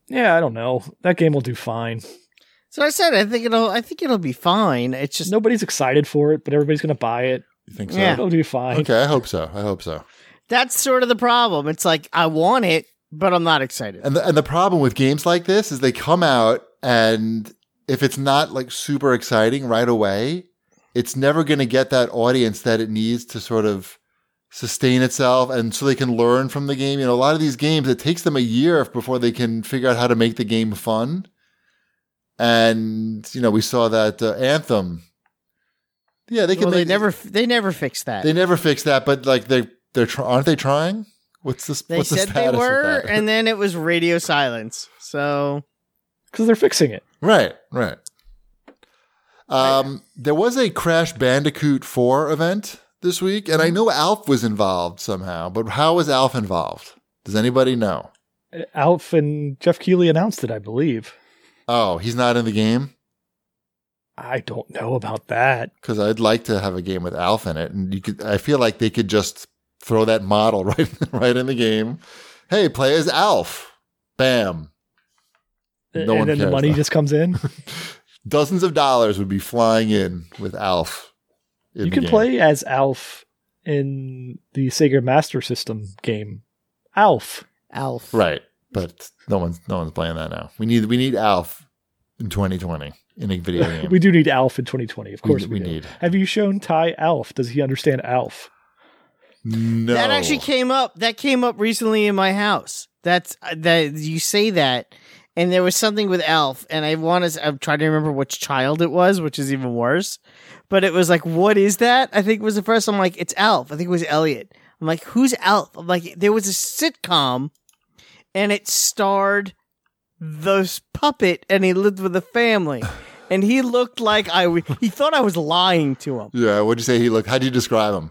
C: yeah, I don't know. That game will do fine.
A: So I said, I think it'll. I think it'll be fine. It's just
C: Nobody's excited for it, but everybody's gonna buy it.
B: You think so?
A: Yeah.
C: It'll do fine.
B: Okay, I hope so. I hope so.
A: that's sort of the problem. It's like I want it, but I'm not excited.
B: And the, and the problem with games like this is they come out and if it's not like super exciting right away, it's never going to get that audience that it needs to sort of sustain itself and so they can learn from the game. You know, a lot of these games it takes them a year before they can figure out how to make the game fun. And you know, we saw that uh, Anthem. Yeah, they can
A: Well, they
B: make-
A: never they never fixed that.
B: they never fixed that, but like they they're tr- aren't they trying? What's this?
A: They
B: what's the
A: said they
B: status of
A: were,
B: that?
A: and then it was radio silence. So
C: Because they're fixing it.
B: Right, right. Um, there was a Crash Bandicoot 4 event this
C: Mm-hmm.
B: week, and I know Alf was involved somehow, but how was Alf involved? Does anybody know?
C: Alf and Jeff Keighley announced it, I believe.
B: Oh, he's not in the game
C: I don't know about that.
B: because I'd like to have a game with Alf in it, and you could. I feel like they could just throw that model right right in the game. Hey, play as Alf. Bam. No one
C: and then the
B: cares,
C: money
B: though.
C: just comes in.
B: Dozens of dollars would be flying in with Alf. in
C: you
B: the
C: can
B: game.
C: play as Alf in the Sega Master System game. Alf.
A: Alf.
B: right, but no one's no one's playing that now. We need we need Alf in 2020 in a video game.
C: We do need Alf in 2020. Of course we, do.
B: need
C: Have you shown Ty Alf? Does he understand Alf?
B: no.
A: That actually came up. That came up recently in my house. That's uh, that you say that, and there was something with Alf, and I want to. I'm trying to remember which child it was, which is even worse. But it was like, what is that? I think was the first. I'm like, it's Alf. I think it was Elliot. I'm like, who's Alf? I'm like, there was a sitcom, and it starred the puppet, and he lived with a family, and he looked like I. w- He thought I was lying to him.
B: Yeah, what'd you say he looked? How'd you describe him?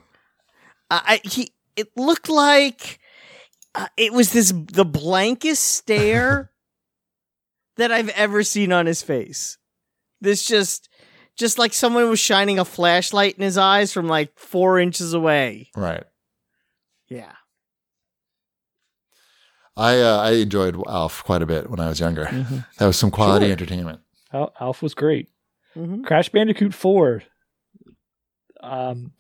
A: I I- he it looked like uh, it was this the blankest stare that I've ever seen on his face. This just just like someone was shining a flashlight in his eyes from like four inches away.
B: Right.
A: Yeah.
B: I uh, I enjoyed Alf quite a bit when I was younger.
C: Mm-hmm.
A: Mhm.
B: That was some quality
C: Sure.
B: entertainment.
C: Al- Alf was great.
A: hmm
C: Crash Bandicoot 4. Um,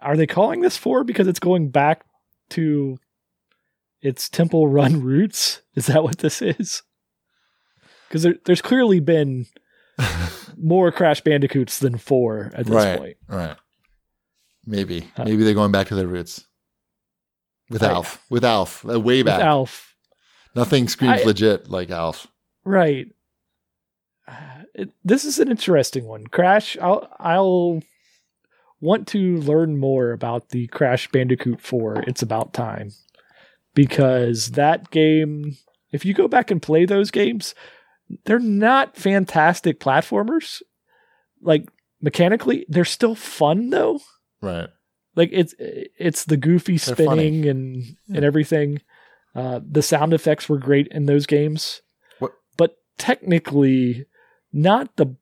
C: are they calling this 4 because it's going back to its Temple Run roots? Is that what this is? Because there, there's clearly been more Crash Bandicoots than 4 at this
B: Right.
C: point.
B: Right. Maybe
C: Huh.
B: maybe they're going back to their roots with
C: I-
B: Alf. With Alf, uh, way
C: With
B: back.
C: Alf.
B: Nothing screams
C: I-
B: legit like Alf.
C: Right. Uh, It, this is an interesting one. Crash, I'll, I'll want to learn more about the Crash Bandicoot 4 It's About Time because that game, if you go back and play those games, they're not fantastic platformers. Like mechanically, they're still fun though.
B: Right.
C: Like it's it's the goofy
B: They're funny.
C: spinning and and
B: Yeah.
C: everything. Uh, the sound effects were great in those games,
B: What-
C: but technically, not the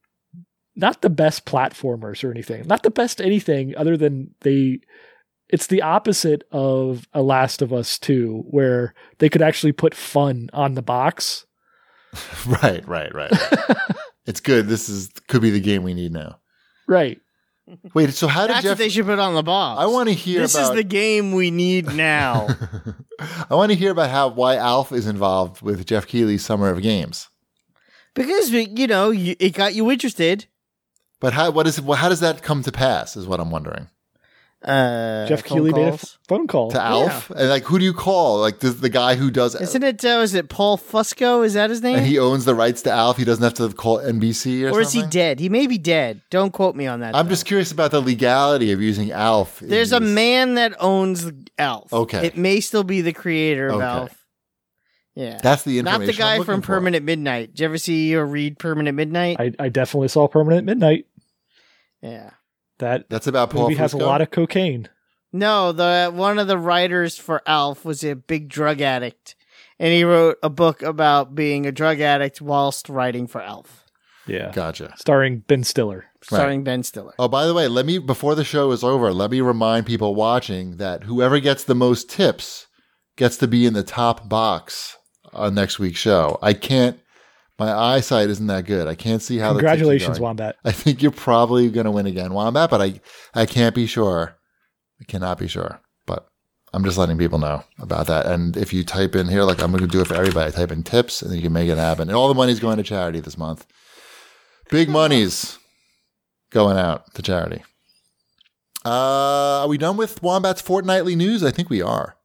C: not the best platformers or anything. Not the best anything other than they. It's the opposite of a Last of Us Two, where they could actually put fun on the box.
B: Right, right, right. it's good. This is could be the game we need now.
C: Right.
B: Wait, so how did
A: That's
B: Jeff
A: what they should put on the box.
B: I want to hear
A: This
B: about
A: is the game we need now.
B: I want to hear about how why Alf is involved with Jeff Keighley's Summer of Games.
A: because you know, you, it got you interested.
B: But how what is how does that come to pass is what I'm wondering.
A: Uh
C: Jeff
A: phone
C: Keeley made a
A: calls.
C: f- phone call.
B: To Alf? And like who do you call? Like this, the guy who does
A: Isn't it uh, is it Paul Fusco? Is that his name?
B: and he owns the rights to Alf. He doesn't have to call NBC or,
A: or is he
B: something?
A: dead? He may be dead. Don't quote me on that.
B: I'm
A: though.
B: just curious about the legality of using Alf. in
A: There's a
B: these-
A: man that owns Alf.
B: Okay.
A: It may still be the creator of
B: Okay.
A: Alf. Yeah.
B: That's the
A: Not
B: information.
A: the
B: I'm
A: guy
B: looking
A: from
B: for.
A: Permanent Midnight. Did you ever see or read Permanent Midnight?
C: I, I definitely saw Permanent Midnight.
A: yeah.
C: That
B: That's about Paul.
C: movie has a
B: Fusco?
C: lot of cocaine.
A: No, the one of the writers for Alf was a big drug addict, and he wrote a book about being a drug addict whilst writing for Alf,
C: Yeah.
B: Gotcha.
C: Starring Ben Stiller.
A: starring Ben Stiller.
B: Oh, by the way, let me before the show is over, let me remind people watching that whoever gets the most tips gets to be in the top box on next week's show. I can't. My eyesight isn't that good. I can't see how. the tips are
C: Congratulations,
B: going.
C: Wombat.
B: I think you're probably going to win again, Wombat, but I, I can't be sure. I cannot be sure, but I'm just letting people know about that. And if you type in here, like I'm going to do it for everybody, type in tips and you can make it happen. And all the money's going to charity this month. Big money's going out to charity. Uh, are we done with Wombat's fortnightly news? I think we are.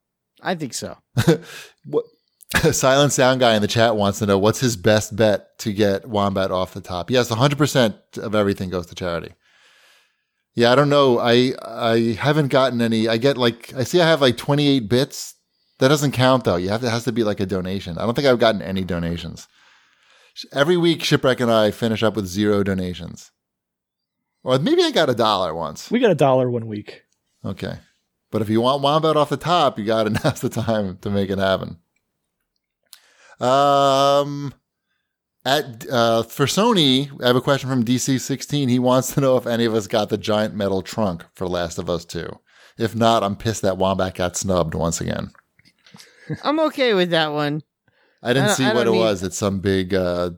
A: I think so.
B: What? Silent sound guy in the chat wants to know what's his best bet to get Wombat off the top. Yes, 100% of everything goes to charity. Yeah, I don't know. I I haven't gotten any. I get like I see I have like 28 bits. That doesn't count though. You have to it has to be like a donation. I don't think I've gotten any donations. Every week Shipwreck and I finish up with zero donations. Or maybe I got a dollar once.
C: We got a dollar one week.
B: Okay. But if you want Wombat off the top, you got to now's the time to make it happen. Um, at uh, for Sony, I have a question from DC16. He wants to know if any of us got the giant metal trunk for Last of Us 2. If not, I'm pissed that Wombat got snubbed once again.
A: I'm okay with that one.
B: I didn't
A: I don't-
B: see
A: I
B: what it
A: don't need-
B: was. It's some big, uh,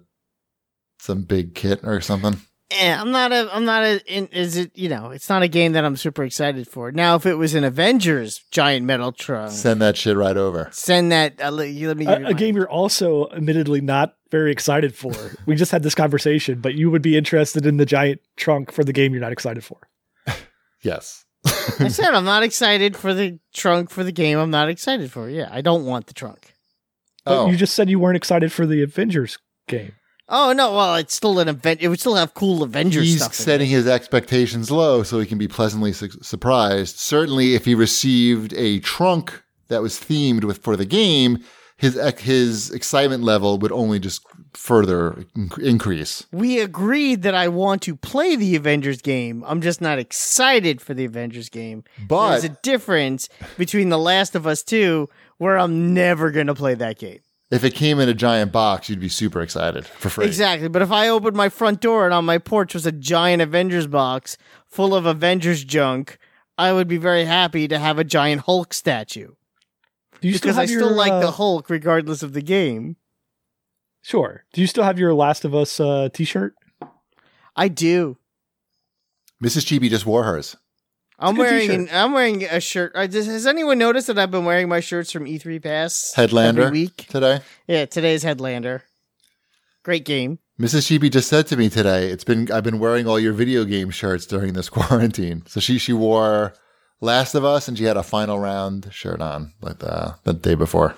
B: some big kit or something.
A: Eh, I'm not a. I'm not a. In, is it? You know, it's not a game that I'm super excited for. Now, if it was an Avengers giant metal trunk,
B: Send that shit right over.
A: send that. Uh, let, you- let me. give you
C: A, a
A: mine.
C: game you're also admittedly not very excited for. we just had this conversation, but you would be interested in the giant trunk for the game you're not excited for.
B: Yes.
A: I said I'm not excited for the trunk for the game. I'm not excited for. Yeah, I don't want the trunk.
C: But
B: oh,
C: you just said you weren't excited for the Avengers game.
A: Oh no! Well, it's still an event. It would still have cool Avengers
B: he's
A: stuff. in it.
B: setting his expectations low so he can be pleasantly su- surprised. Certainly, if he received a trunk that was themed with for the game, his ex- his excitement level would only just further inc- increase.
A: We agreed that I want to play the Avengers game. I'm just not excited for the Avengers game.
B: But
A: There's a difference between The Last of Us 2, where I'm never going to play that game.
B: if it came in a giant box, you'd be super excited for free.
A: Exactly. But if I opened my front door and on my porch was a giant Avengers box full of Avengers junk, I would be very happy to have a giant Hulk statue.
C: Do you
A: because
C: still
A: I
C: have
A: still
C: your,
A: like
C: uh,
A: the Hulk regardless of the game.
C: Sure. Do you still have your Last of Us uh, T-shirt?
A: I do.
B: Mrs. Chibi just wore hers.
A: I'm
C: good
A: wearing an,
C: t-shirt.
A: I'm wearing a shirt. Uh, does, has anyone noticed that I've been wearing my shirts from E3 Pass
B: Headlander
A: every week?
B: today.
A: Yeah, today's Headlander. Great game.
B: Mrs. Chibi just said to me today, "It's been I've been wearing all your video game shirts during this quarantine." So she she wore Last of Us and she had a final round shirt on like the the day before.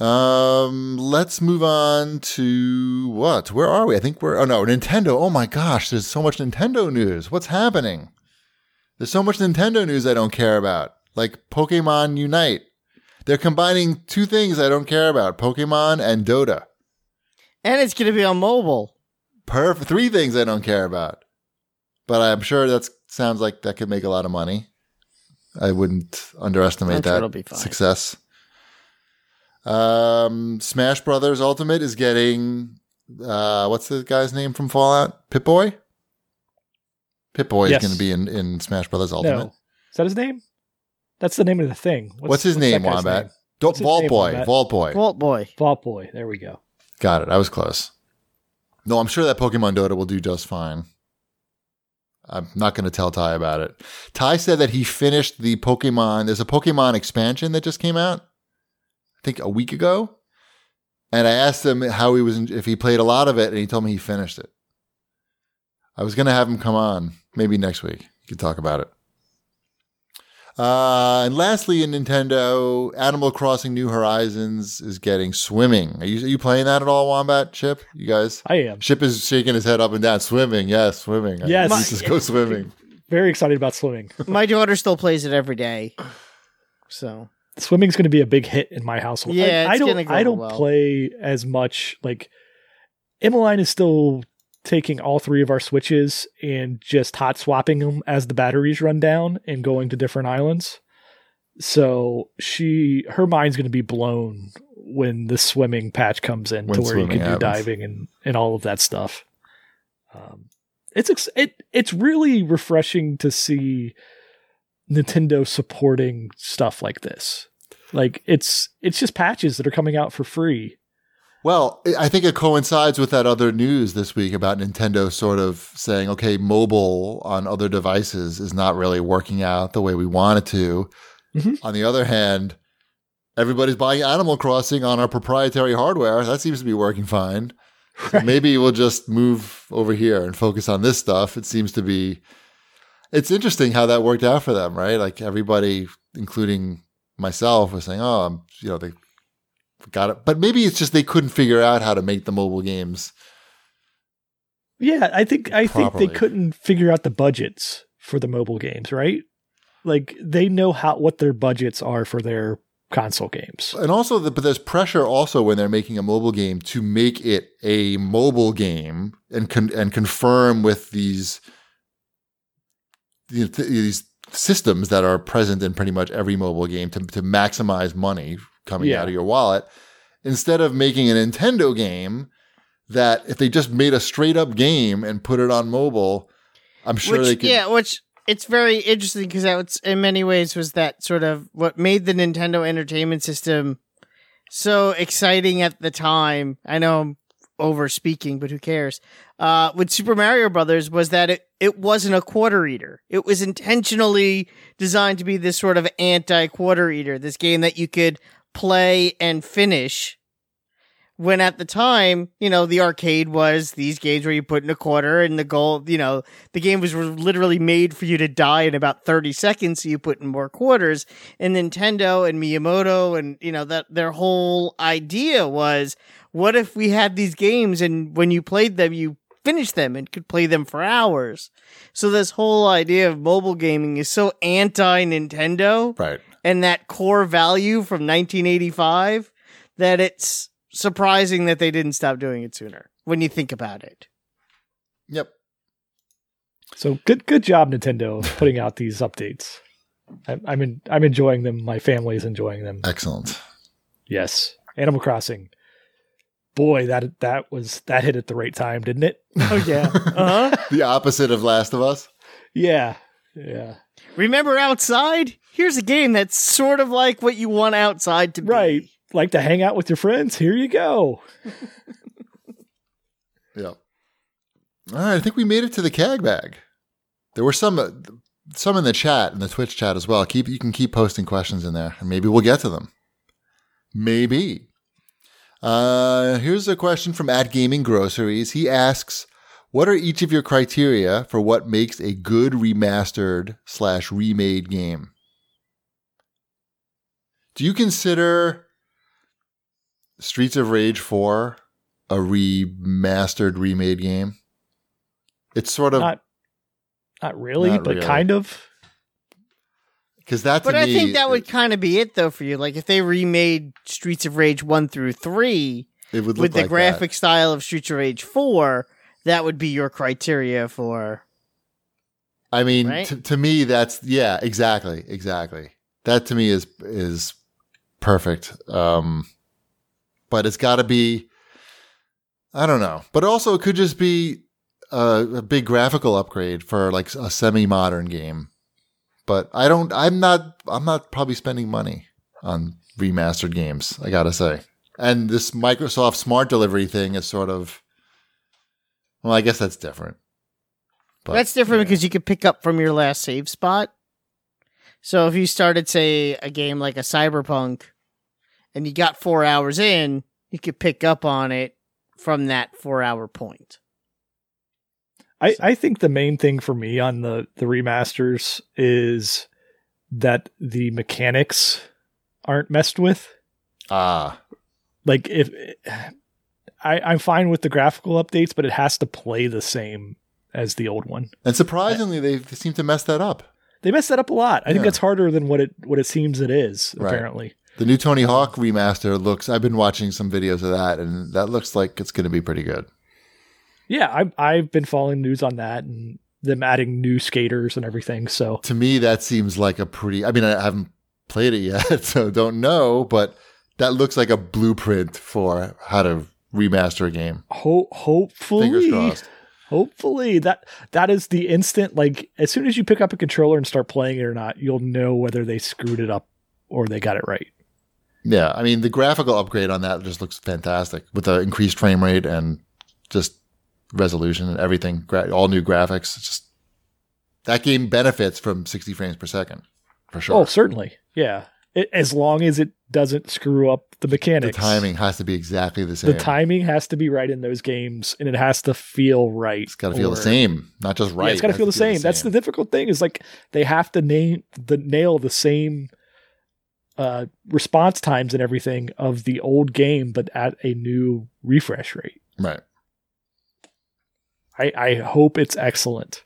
B: Um, let's move on to what? Where are we? I think we're oh no, Nintendo. Oh my gosh, there's so much Nintendo news. What's happening? There's so much Nintendo news I don't care about. Like Pokemon Unite. They're combining two things I don't care about, Pokemon and Dota.
A: And it's going to be on mobile.
B: Perf Three things I don't care about, but I'm sure that sounds like that could make a lot of money. I wouldn't underestimate
A: I'm sure
B: that
A: it'll be fine.
B: success. Um, Smash Brothers Ultimate is getting uh, what's the guy's name from Fallout? Pip Boy. Pip Boy
C: Yes.
B: is going to be in, in Smash Brothers Ultimate.
C: No. Is that his name? That's the name of the thing.
B: What's, his
C: that
B: name,
C: guy's
B: Wombat?
C: name?
B: Don't
C: What's his
B: Vault
C: name,
B: Boy.
C: Wombat?
B: Vault Boy.
A: Vault Boy.
C: Vault Boy. There we go.
B: Got it. I was close. No, I'm sure that Pokemon Dota will do just fine. I'm not going to tell Ty about it. Ty said that he finished the Pokemon. There's a Pokemon expansion that just came out, I think a week ago. And I asked him how he was, if he played a lot of it, and he told me he finished it. I was going to have him come on maybe next week. We could talk about it. Uh, and lastly, in Nintendo, Animal Crossing New Horizons is getting swimming. Are you, are you playing that at all, Wombat, Chip? You guys?
C: I am
B: Chip is shaking his head up and down. Swimming, yes, swimming.
C: Yes.
B: Let's just go swimming.
C: very excited about swimming.
A: My daughter still plays it every day. So
C: Swimming's going to be a big hit in my household.
A: Yeah,
C: I, I
A: it's
C: don't.
A: gonna go
C: I don't
A: well.
C: play as much. Like Emmeline is still taking all three of our switches and just hot swapping them as the batteries run down and going to different islands. So she, her mind's going to be blown when the swimming patch comes in
B: When
C: to where you
B: swimming
C: can do
B: happens.
C: diving and and all of that stuff. Um, it's ex- it it's really refreshing to see Nintendo supporting stuff like this. Like it's it's just patches that are coming out for free.
B: Well, I- I think it coincides with that other news this week about Nintendo sort of saying, okay, mobile on other devices is not really working out the way we want it to.
C: Mhm.
B: On the other hand, everybody's buying Animal Crossing on our proprietary hardware. That seems to be working fine. So maybe we'll just move over here and focus on this stuff. It seems to be. It's interesting how that worked out for them, right? Like everybody, including myself, was saying, "Oh, I'm, you know, they got it," but maybe it's just they couldn't figure out how to make the mobile games.
C: Yeah, I think I
B: Properly.
C: think they couldn't figure out the budgets for the mobile games, right? Like they know how what their budgets are for their console games.
B: And also, the, but there's pressure also when they're making a mobile game to make it a mobile game and con- and confirm with these you know, th- these systems that are present in pretty much every mobile game to to maximize money coming
C: Yeah.
B: out of your wallet instead of making a Nintendo game that if they just made a straight up game and put it on mobile, I'm sure
A: which,
B: they could.
A: Yeah, which it's very interesting because that was, in many ways was that sort of what made the Nintendo Entertainment System so exciting at the time. I know I'm over speaking, but who cares? Uh, with Super Mario Brothers was that it, it wasn't a quarter eater. It was intentionally designed to be this sort of anti quarter eater, this game that you could play and finish. When at the time, you know, the arcade was these games where you put in a quarter and the goal, you know, the game was literally made for you to die in about 30 seconds so you put in more quarters and nintendo and miyamoto and you know that their whole idea was what if we had these games and when you played them you finished them and could play them for hours so this whole idea of mobile gaming is so anti nintendo
B: Right.
A: and that core value from 1985 that it's surprising that they didn't stop doing it sooner when you think about it
B: Yep.
C: So good, good job, Nintendo, of putting out these updates. I'm, I'm, in, I'm enjoying them. My family is enjoying them.
B: Excellent.
C: Yes, Animal Crossing. Boy, that that was that hit at the right time, didn't it?
A: oh yeah uh-huh
B: The opposite of Last of Us.
C: Yeah, yeah.
A: Remember outside? Here's a game that's sort of like what you want outside to be.
C: Right. Like to hang out with your friends. Here you go.
B: Yeah. All right, I think we made it to the cag bag. There were some uh, some in the chat in the Twitch chat as well. Keep you can keep posting questions in there, and maybe we'll get to them. Maybe. Uh, here's a question from at Gaming Groceries. He asks, "What are each of your criteria for what makes a good remastered slash remade game? Do you consider Streets of Rage four a remastered remade game. It's sort of
C: Not, not really,
B: Not
C: but
B: really.
C: kind of.
B: because that to
A: But I
B: me,
A: think that would
B: it,
A: kind of be it though for you. Like if they remade Streets of Rage 1 through 3
B: it would look
A: with the
B: like
A: graphic style of Streets of Rage 4, that would be your criteria for
B: That. I mean,
A: right?
B: to, to me, that's yeah, exactly, exactly. That to me is is perfect. Um, but it's got to be, I don't know. But also, it could just be a, a big graphical upgrade for like a semi modern game. But I don't. I'm not. I'm not probably spending money on remastered games. I gotta say. And this Microsoft Smart Delivery thing is sort of, well, I guess that's different. But
A: That's different
B: yeah.
A: because you could pick up from your last save spot. So if you started say a game like a Cyberpunk and you got 4 hours in, you could pick up on it from that 4-hour point.
C: I, I think the main thing for me on the, the remasters is that the mechanics aren't messed with.
B: ah,
C: Like if I, I'm fine with the graphical updates, but it has to play the same as the old one.
B: and surprisingly, they they seem to mess that up.
C: They messed that up a lot. I
B: Yeah.
C: think that's harder than what it what it seems it is,
B: Right.
C: apparently.
B: The new Tony Hawk remaster looks. I've been watching some videos of that, and that looks like it's going to be pretty good.
C: Yeah, I I've been following news on that and them adding new skaters and everything. So
B: To me, that seems like a pretty. I mean, I haven't played it yet, so don't know, but that looks like a blueprint for how to remaster a game.
C: ho-
B: Fingers
C: hopefully
B: crossed.
C: hopefully that that is the instant like as soon as you pick up a controller and start playing it or not, you'll know whether they screwed it up or they got it right.
B: Yeah, I mean, the graphical upgrade on that just looks fantastic with the increased frame rate and just resolution and everything. Gra- all new graphics. It's just that game benefits from 60 frames per second for sure.
C: Oh, certainly. Yeah. It, as long as it doesn't screw up the
B: the
C: mechanics.
B: timing has to be exactly the same.
C: The timing has to be right in those games and it has to feel right.
B: It's got to feel
C: or-
B: the same, not just right.
C: Yeah, it's got to
B: It
C: feel the
B: has
C: same. That's the difficult thing is like they have to name the nail the same uh, response times and everything of the old game, but at a new refresh rate.
B: right.
C: I, I hope it's excellent.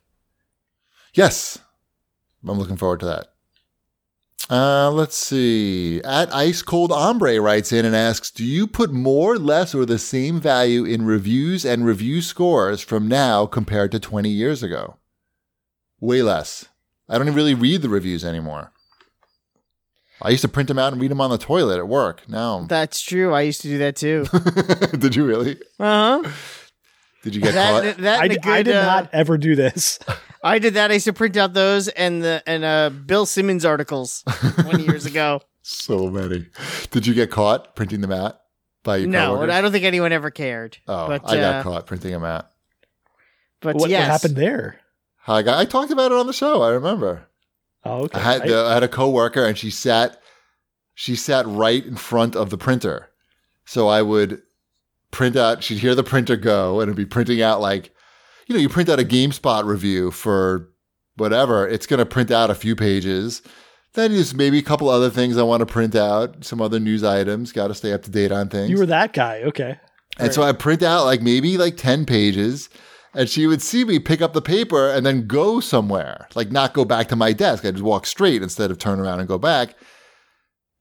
B: Yes, I'm looking forward to that. Uh, let's see. At Ice Cold Ombre writes in and asks, "Do you put more, less, or the same value in reviews and review scores from now compared to 20 years ago?" Way less. I don't even really read the reviews anymore. I used to print them out and read them on the toilet at work. Now,
A: That's true. I used to do that too.
B: did you really?
A: Uh huh.
B: Did you get caught?
A: That, that
C: I,
A: and a
C: d- I
A: good,
C: did
A: uh,
C: not ever do this.
A: I did that. I used to print out those and the and uh Bill Simmons articles twenty years ago.
B: so many. Did you get caught printing them out by your
A: no,
B: coworkers?
A: I don't think anyone ever cared.
B: oh,
A: but,
B: I
A: uh,
B: got caught printing them out.
A: But
C: what,
A: yes,
C: what happened there?
B: I got, I talked about it on the show. I remember.
C: Oh, okay.
B: I had the, I had a coworker, and she sat she sat right in front of the printer. So I would print out. She'd hear the printer go, and it'd be printing out like, you know, you print out a GameSpot review for whatever. It's going to print out a few pages. Then there's maybe a couple other things I want to print out, some other news items. Got to stay up to date on
C: I-
B: things.
C: you were that guy. Okay.
B: And so I print out like maybe like 10 pages and she would see me pick up the paper and then go somewhere, like not go back to my desk. I just walk straight instead of turn around and go back.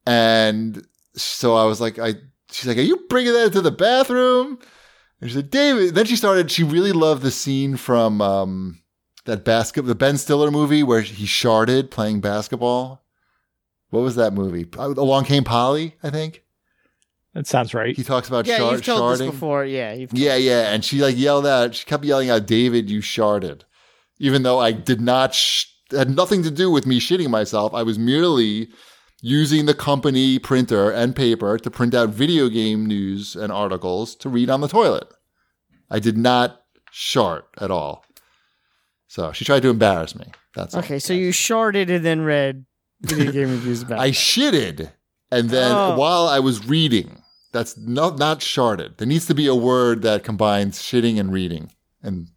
B: And so I was like, I, she's like, are you bringing that into the bathroom? And she said, David, then she started, she really loved the scene from, um, that basket, the Ben Stiller movie where he sharded playing basketball. What was that movie? Uh, Along Came Polly, I think.
C: That sounds right.
B: He talks about
A: Yeah,
B: shar-
A: you've told
B: sharding.
A: this before. Yeah, you've
B: Yeah, yeah. And she like yelled out, she kept yelling out, David, you sharded. Even though I did not, sh- had nothing to do with me shitting myself. I was merely using the company printer and paper to print out video game news and articles to read on the toilet. I did not shart at all. So she tried to embarrass me. That's all.
A: Okay, so you sharded and then read video game reviews about.
B: I
A: it.
B: shitted, and then
A: Oh.
B: while I was reading, that's not not sharded. There needs to be a word that combines shitting and reading, and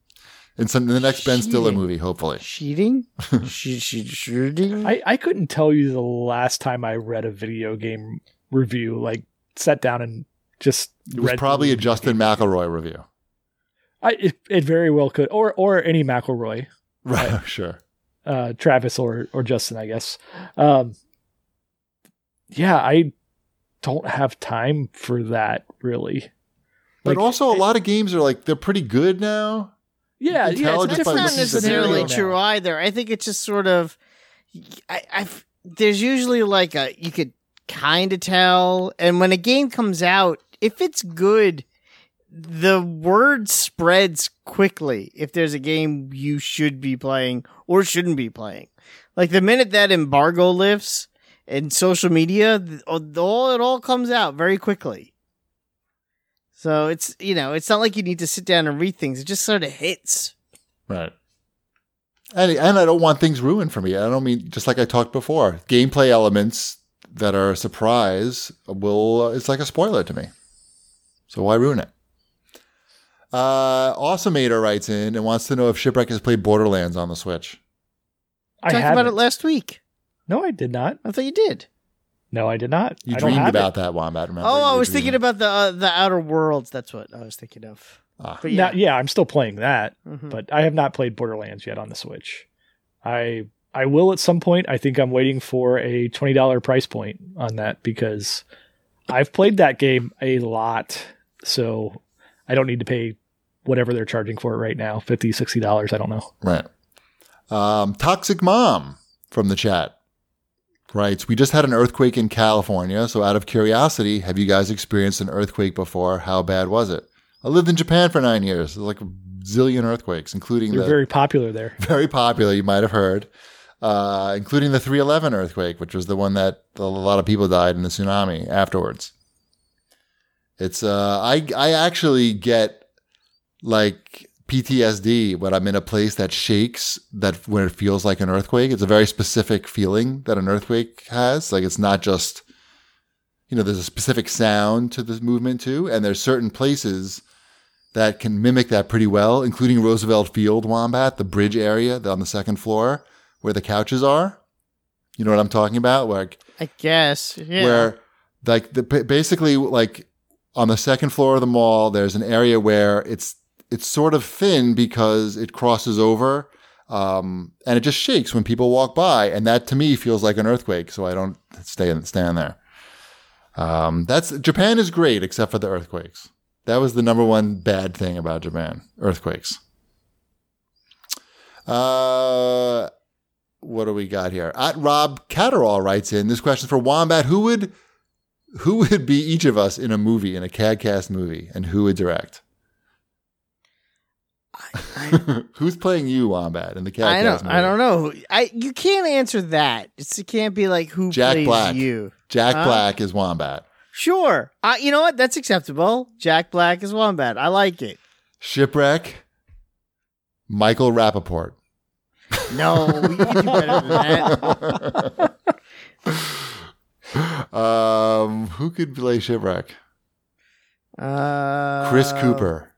B: in some in the next Ben Stiller
A: Shitting.
B: movie, hopefully.
A: cheating. she, she, shooting.
C: I, I couldn't tell you the last time I read a video game review, like sat down and just
B: It was
C: read
B: probably a
C: the-
B: Justin McElroy review,
C: I, it, it very well could, or or any McElroy,
B: right? sure.
C: uh, Travis or or Justin, I guess. Um, yeah, I don't have time for that really.
B: But
C: Like,
B: also, a
C: it-
B: lot of games are like they're pretty good now.
C: Yeah,
B: you can
C: yeah,
B: tell
C: it's a
B: just
A: That's
B: by
C: different
A: not
B: listening to the
A: necessarily
B: video now.
A: true either. I think it's just sort of. I, I've, there's usually like a you could kind of tell, and when a game comes out, if it's good, the word spreads quickly. If there's a game you should be playing or shouldn't be playing, like the minute that embargo lifts and social media, th- all it all comes out very quickly. So it's you know it's not like you need to sit down and read things. It just sort of hits.
B: Right. And, and I don't want things ruined for me. I don't mean just like I talked before. Gameplay elements that are a surprise will it's like a spoiler to me. So why ruin it? Uh, Awesomemator writes in and wants to know if Shipwreck has played Borderlands on the Switch.
C: I
A: talked
C: haven't.
A: about it last week.
C: no, I did not.
A: I thought you did.
C: No, I did not.
B: You
C: I don't
B: dreamed
C: have
B: about
C: it.
B: that, Wombat. Remember?
A: oh,
B: You
A: I
B: were
A: was thinking
B: dreaming.
A: about the uh, the Outer Worlds. That's what I was thinking of.
B: Ah.
A: But
C: Now-
A: yeah,
C: yeah, I'm still playing that.
A: Mhm.
C: but I have not played Borderlands yet on the Switch. I I will at some point. I think I'm waiting for a twenty dollar price point on that because I've played that game a lot, so I don't need to pay whatever they're charging for it right now 50 dollars. I don't know.
B: Right. Um, Toxic Mom from the chat writes We just had an earthquake in California. So, out of curiosity, have you guys experienced an earthquake before? How bad was it? I lived in Japan for nine years. There's like a zillion earthquakes, including
C: They're
B: the
C: very popular there.
B: very popular, you might have heard, uh, including the 311 earthquake, which was the one that a lot of people died in the tsunami afterwards. It's uh, I I actually get like PTSD when I'm in a place that shakes, that when it feels like an earthquake. It's a very specific feeling that an earthquake has. Like it's not just, you know, there's a specific sound to this movement too, and there's certain places that can mimic that pretty well, including Roosevelt Field Wombat, the bridge area on the second floor where the couches are. You know what I'm talking about? Like
A: I guess. Yeah.
B: where like the ba- basically like on the second floor of the mall there's an area where it's it's sort of thin because it crosses over um, and it just shakes when people walk by and that to me feels like an earthquake so i don't stay in, stand there um, that's japan is great except for the earthquakes that was the number one bad thing about japan earthquakes uh, what do we got here? At Rob Catterall writes in this question for Wombat: Who would who would be each of us in a movie in a CADcast movie, and who would direct? Who's playing you, Wombat, in the CADcast
A: I don't.
B: movie?
A: I don't know. I you can't answer that. It's, it can't be like who
B: Jack
A: plays
B: Black.
A: you.
B: Jack
A: Huh?
B: Black is Wombat.
A: Sure. Uh, you know what? That's acceptable. Jack Black is Wombat. I like it.
B: Shipwreck. Michael Rappaport.
A: No, you can do better than that.
B: um, who could play Shipwreck?
A: Uh,
B: Chris Cooper.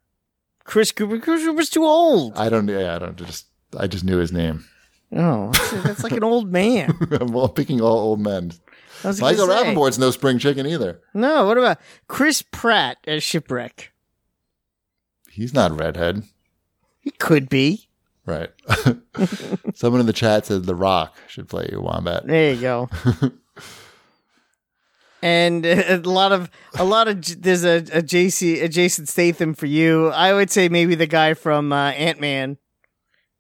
A: Chris Cooper. Chris Cooper's too old.
B: I don't. Yeah, I don't. Just I just knew his name.
A: Oh, that's- that's like an old man.
B: I'm all picking all old men.
A: I was gonna
B: Michael
A: say.
B: Rappaport's no spring chicken either.
A: No, what about Chris Pratt as Shipwreck?
B: He's not redhead,
A: He could be.
B: right? Someone in the chat said The Rock should play you, Wombat.
A: There you go. and uh, a lot of a lot of J- there's a, a JC a Jason Statham for you. I would say maybe the guy from uh, Ant Man,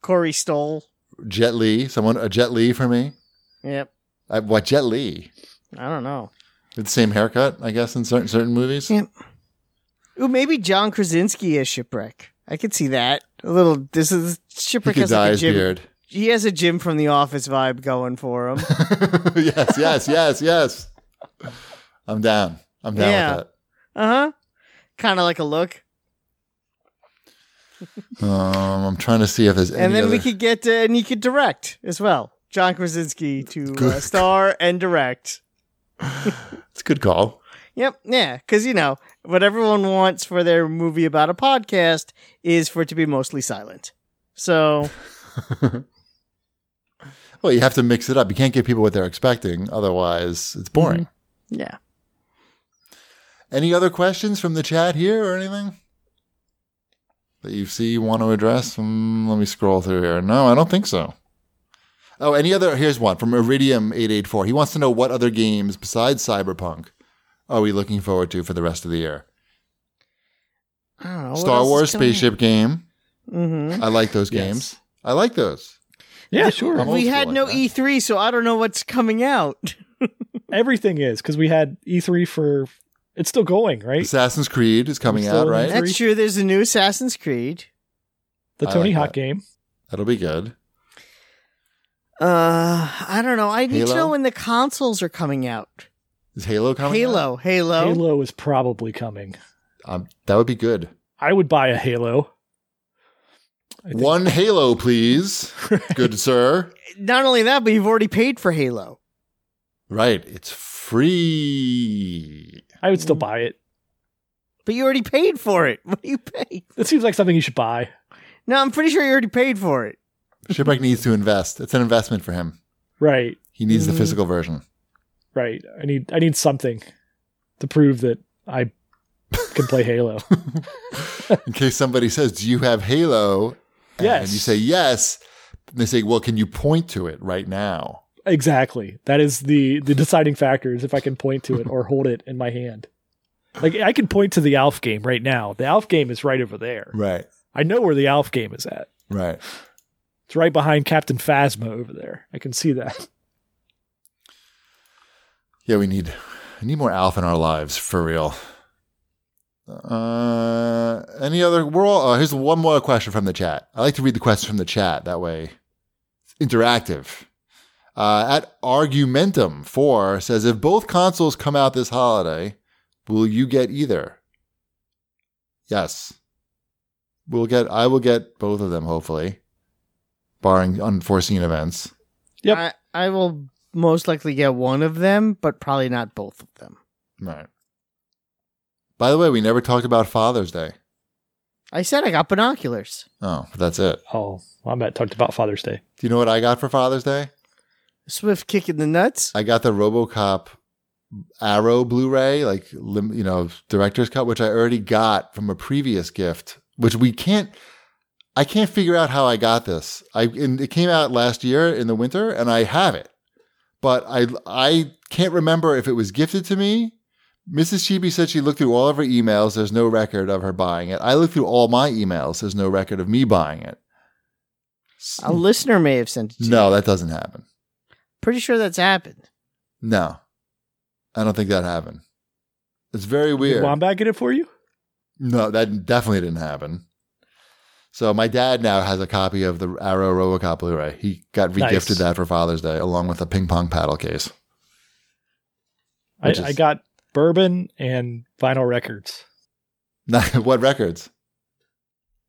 A: Corey Stoll.
B: Jet Li, someone a Jet Li for me.
A: Yep.
B: I, what Jet Li?
A: I don't know.
B: With the same haircut, I guess, in certain certain movies.
A: Yeah. Ooh, maybe John Krasinski as Shipwreck. I could see that. A little. This is
B: He
A: Shipwreck
B: could
A: has
B: dye
A: like a
B: his
A: Jim.
B: beard.
A: He has a Jim from The Office vibe going for him.
B: yes, yes, yes, yes. I'm down. I'm down
A: Yeah.
B: with
A: uh huh. Kind of like a look.
B: that. Um, I'm trying to see if there's any
A: and then we
B: other-
A: could get uh, and you could direct as well. John Krasinski to uh,
B: Good.
A: star and direct.
B: It's a good call.
A: Yep, yeah, because you know what everyone wants for their movie about a podcast is for it to be mostly silent. So
B: Well, you have to mix it up. You can't give people what they're expecting, otherwise
A: Mm-hmm.
B: it's boring.
A: yeah,
B: Any other questions from the chat here or anything that you see you want to address? Mm, let me scroll through here. No, I don't think so. Oh, any other? Here's one from Iridium eight eight four. He wants to know what other games besides Cyberpunk are we looking forward to for the rest of the year?
A: I don't know. Oh, what
B: Star
A: else is
B: Wars
A: coming out?
B: spaceship game.
A: Mhm.
B: I like those
C: Yes.
B: games. I like those.
C: Yeah, sure. E
B: I'm old
A: We
B: school
A: had
B: like
A: no
B: that.
A: E3, so I don't know what's coming out.
C: Everything is because we had E3 for it's still going, right?
B: Assassin's Creed is coming
C: Still
B: out,
C: in
B: right?
C: E3?
A: That's true. There's a new Assassin's Creed.
C: The
B: I
C: Tony
B: like
C: Hawk
B: that.
C: game.
B: That'll be good.
A: Uh, I don't know. I need
B: Halo?
A: to know when the consoles are coming out.
B: Is Halo coming? out?
A: Halo, Halo,
C: Halo is probably coming.
B: Um, that would be good.
C: I would buy a Halo. I think-
B: One Halo, please. Good sir.
A: Not only that, but you've already paid for Halo.
B: Right. It's free.
C: I would still buy it.
A: But you already paid for it. What do you pay?
C: It seems like something you should buy.
A: No, I'm pretty sure you already paid for it.
B: Shipwreck needs to invest. It's an investment for him.
C: Right,
B: He needs the
A: Mhm.
B: physical version.
C: right. I need I need something to prove that I can play Halo.
B: In case somebody says, Do you have Halo?
C: Yes.
B: And you say yes. And they say, Well, can you point to it right now?
C: Exactly. That is the the deciding factor is if I can point to it or hold it in my hand. Like I can point to the Alf game right now. The Alf game is right over there.
B: Right.
C: I know where the Alf game is at.
B: Right.
C: It's right behind Captain Phasma over there. I can see that.
B: Yeah, we need I need more Alf in our lives for real. Uh, any other? We're all. Uh, here's one more question from the chat. I like to read the questions from the chat. That way, it's interactive. Uh, at Argumentum Four says, if both consoles come out this holiday, will you get either? Yes, we'll get. I will get both of them, hopefully, barring unforeseen events.
C: Yep.
A: I, I will most likely get one of them, but probably not both of them.
B: Right. By the way, we never talked about Father's Day.
A: I said I got binoculars.
B: Oh, that's it.
C: Oh, well, Matt talked about Father's Day.
B: Do you know what I got for Father's Day?
A: Swift kicking the nuts.
B: I got the RoboCop Arrow Blu-ray, like lim- you know, director's cut, which I already got from a previous gift, which we can't. I can't figure out how I got this. I and it came out last year in the winter, and I have it, but I I can't remember if it was gifted to me. Mrs. Chibi said she looked through all of her emails. There's no record of her buying it. I looked through all my emails. There's no record of me buying it.
A: A listener may have sent it. To
B: No,
A: you.
B: that doesn't happen.
A: pretty sure that's happened.
B: No, I don't think that happened. It's very weird.
C: Did Wombat get it for you?
B: No, that definitely didn't happen. So my dad now has a copy of the Arrow RoboCop Blu-ray. He got regifted
C: Nice.
B: gifted that for Father's Day, along with a ping pong paddle case.
C: I,
B: Which is-
C: I got bourbon and vinyl records.
B: what records?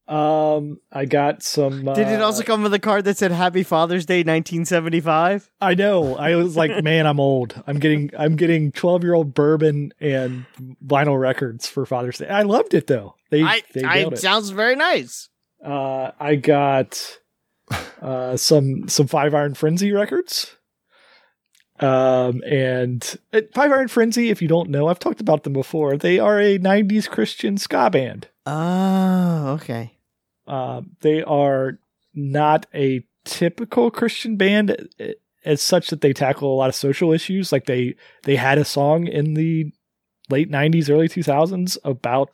C: Um, I got some. Uh,
A: Did it also come with a card that said "Happy Father's Day 1975"?
C: I know. I was like, man, I'm old. I'm getting I'm getting 12 year old bourbon and vinyl records for Father's Day. I loved it though. They
A: I,
C: they
A: I
C: nailed it.
A: sounds very nice.
C: uh, I got uh, some some Five Iron Frenzy records. Um, and uh, Five Iron Frenzy, if you don't know, I've talked about them before. They are a 90s Christian ska band.
A: Oh, okay.
C: Uh, they are not a typical Christian band uh, as such that they tackle a lot of social issues. Like they they had a song in the late '90s, early 2000s about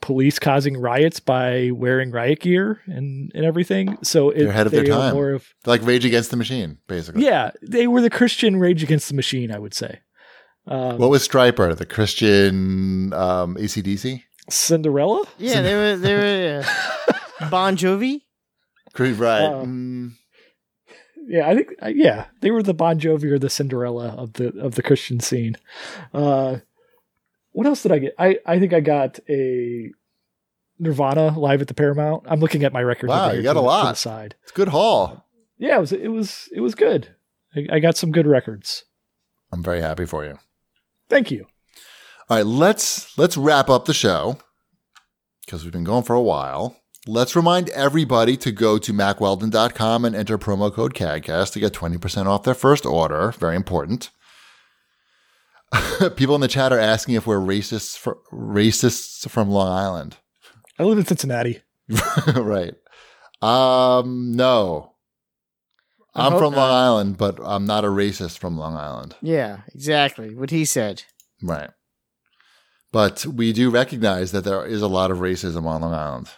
C: police causing riots by wearing riot gear and and everything. So it,
B: They're ahead of their
C: they are
B: time.
C: More of
B: Like Rage Against the Machine, basically.
C: yeah, they were the Christian Rage Against the Machine, I would say. Um,
B: What was Striper? The Christian um, ACDC?
C: Cinderella?
A: Yeah, they were they were uh, Bon Jovi.
B: Cre- Right.
C: Oh.
B: Mm.
C: yeah, I think I- yeah, they were the Bon Jovi or the Cinderella of the of the Christian scene. Uh, what else did I get? I I think I got a Nirvana live at the Paramount. I'm looking at my records.
B: Wow,
C: over here
B: you got
C: to
B: a
C: the- to the
B: lot.
C: side.
B: It's a good haul.
C: Yeah, it was it was it was good. I, I got some good records.
B: I'm very happy for you.
C: Thank you.
B: All right, let's let's wrap up the show because we've been going for a while. Let's remind everybody to go to macweldon.com and enter promo code CADCAST to get 20% off their first order. Very important. People in the chat are asking if we're racists for, racists from Long Island.
C: I live in Cincinnati.
B: right. Um no.
A: I
B: I'm
A: hope
B: from
A: not.
B: Long Island, but I'm not a racist from Long Island.
A: Yeah, exactly what he said.
B: Right. But we do recognize that there is a lot of racism on Long Island.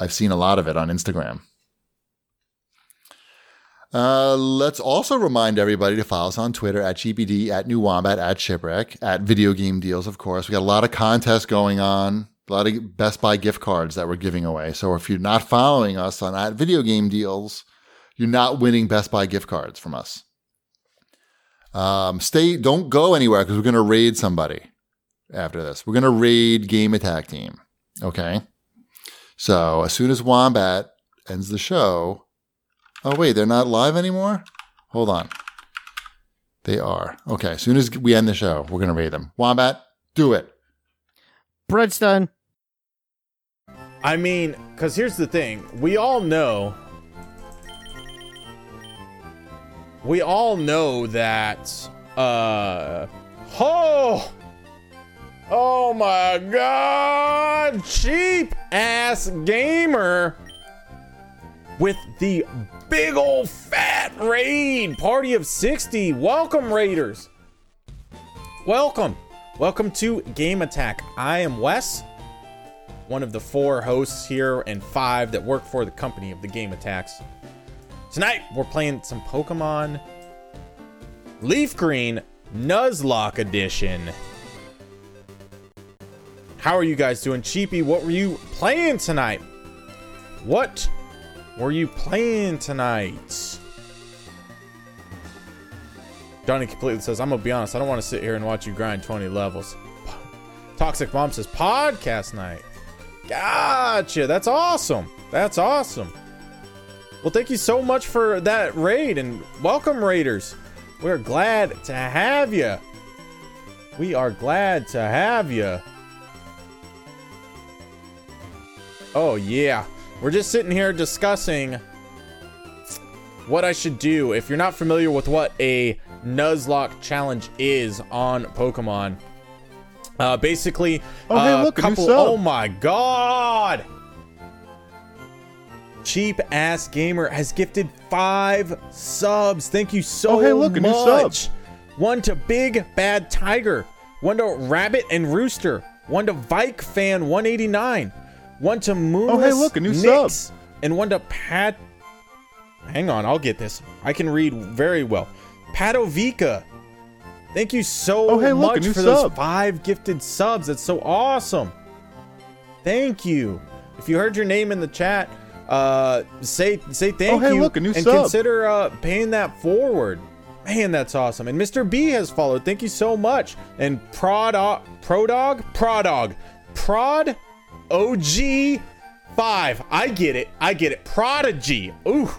B: I've seen a lot of it on Instagram. Uh, let's also remind everybody to follow us on Twitter at GBD, at New Wombat, at Shipwreck, at Video Game Deals, of course. We got a lot of contests going on, a lot of Best Buy gift cards that we're giving away. So if you're not following us on at Video Game Deals, you're not winning Best Buy gift cards from us. Um, stay, don't go anywhere because we're going to raid somebody after this. We're going to raid Game Attack Team. Okay. So as soon as Wombat ends the show, oh, wait, they're not live anymore? Hold on. They are. Okay. As soon as we end the show, we're going to raid them. Wombat, do it.
A: Bread's done.
D: I mean, because here's the thing we all know. We all know that. Uh. Oh! Oh my god! Cheap ass gamer! With the big old fat raid! Party of 60! Welcome, Raiders! Welcome! Welcome to Game Attack. I am Wes one of the four hosts here and five that work for the company of the Game Attacks. Tonight, we're playing some Pokemon Leaf Green Nuzlocke Edition. How are you guys doing, Cheapy? What were you playing tonight? What were you playing tonight? Johnny completely says, I'm gonna be honest, I don't want to sit here and watch you grind 20 levels. Toxic Mom says, podcast night. Gotcha. That's awesome. That's awesome. Well, thank you so much for that raid and welcome, Raiders. We're glad to have you. We are glad to have you. Oh, yeah. We're just sitting here discussing what I should do. If you're not familiar with what a Nuzlocke challenge is on Pokemon, uh, basically,
B: Oh, hey,
D: uh,
B: look, a new
D: couple.
B: sub.
D: Oh my god! Cheap ass gamer has gifted five subs. Thank you so
B: Oh, hey, look, a new sub.
D: much. One to Big Bad Tiger, one to Rabbit and Rooster, one to Vike Fan 189, one to Moon.
B: Oh, hey, look, a new
D: Nix, and one to Pat. Hang on, I'll get this. I can read very well. Patovica. Thank you so
B: Oh, hey, look, a
D: much
B: new
D: for
B: sub.
D: those five gifted subs. That's so awesome. Thank you. If you heard your name in the chat, uh, say say thank
B: Oh, hey,
D: you
B: look, a new
D: and
B: sub.
D: consider uh, paying that forward. Man, that's awesome. And Mr. B has followed. Thank you so much. And Prodog, Prodog, Prodog, Prod OG 5. I get it. I get it. Prodigy. Ooh,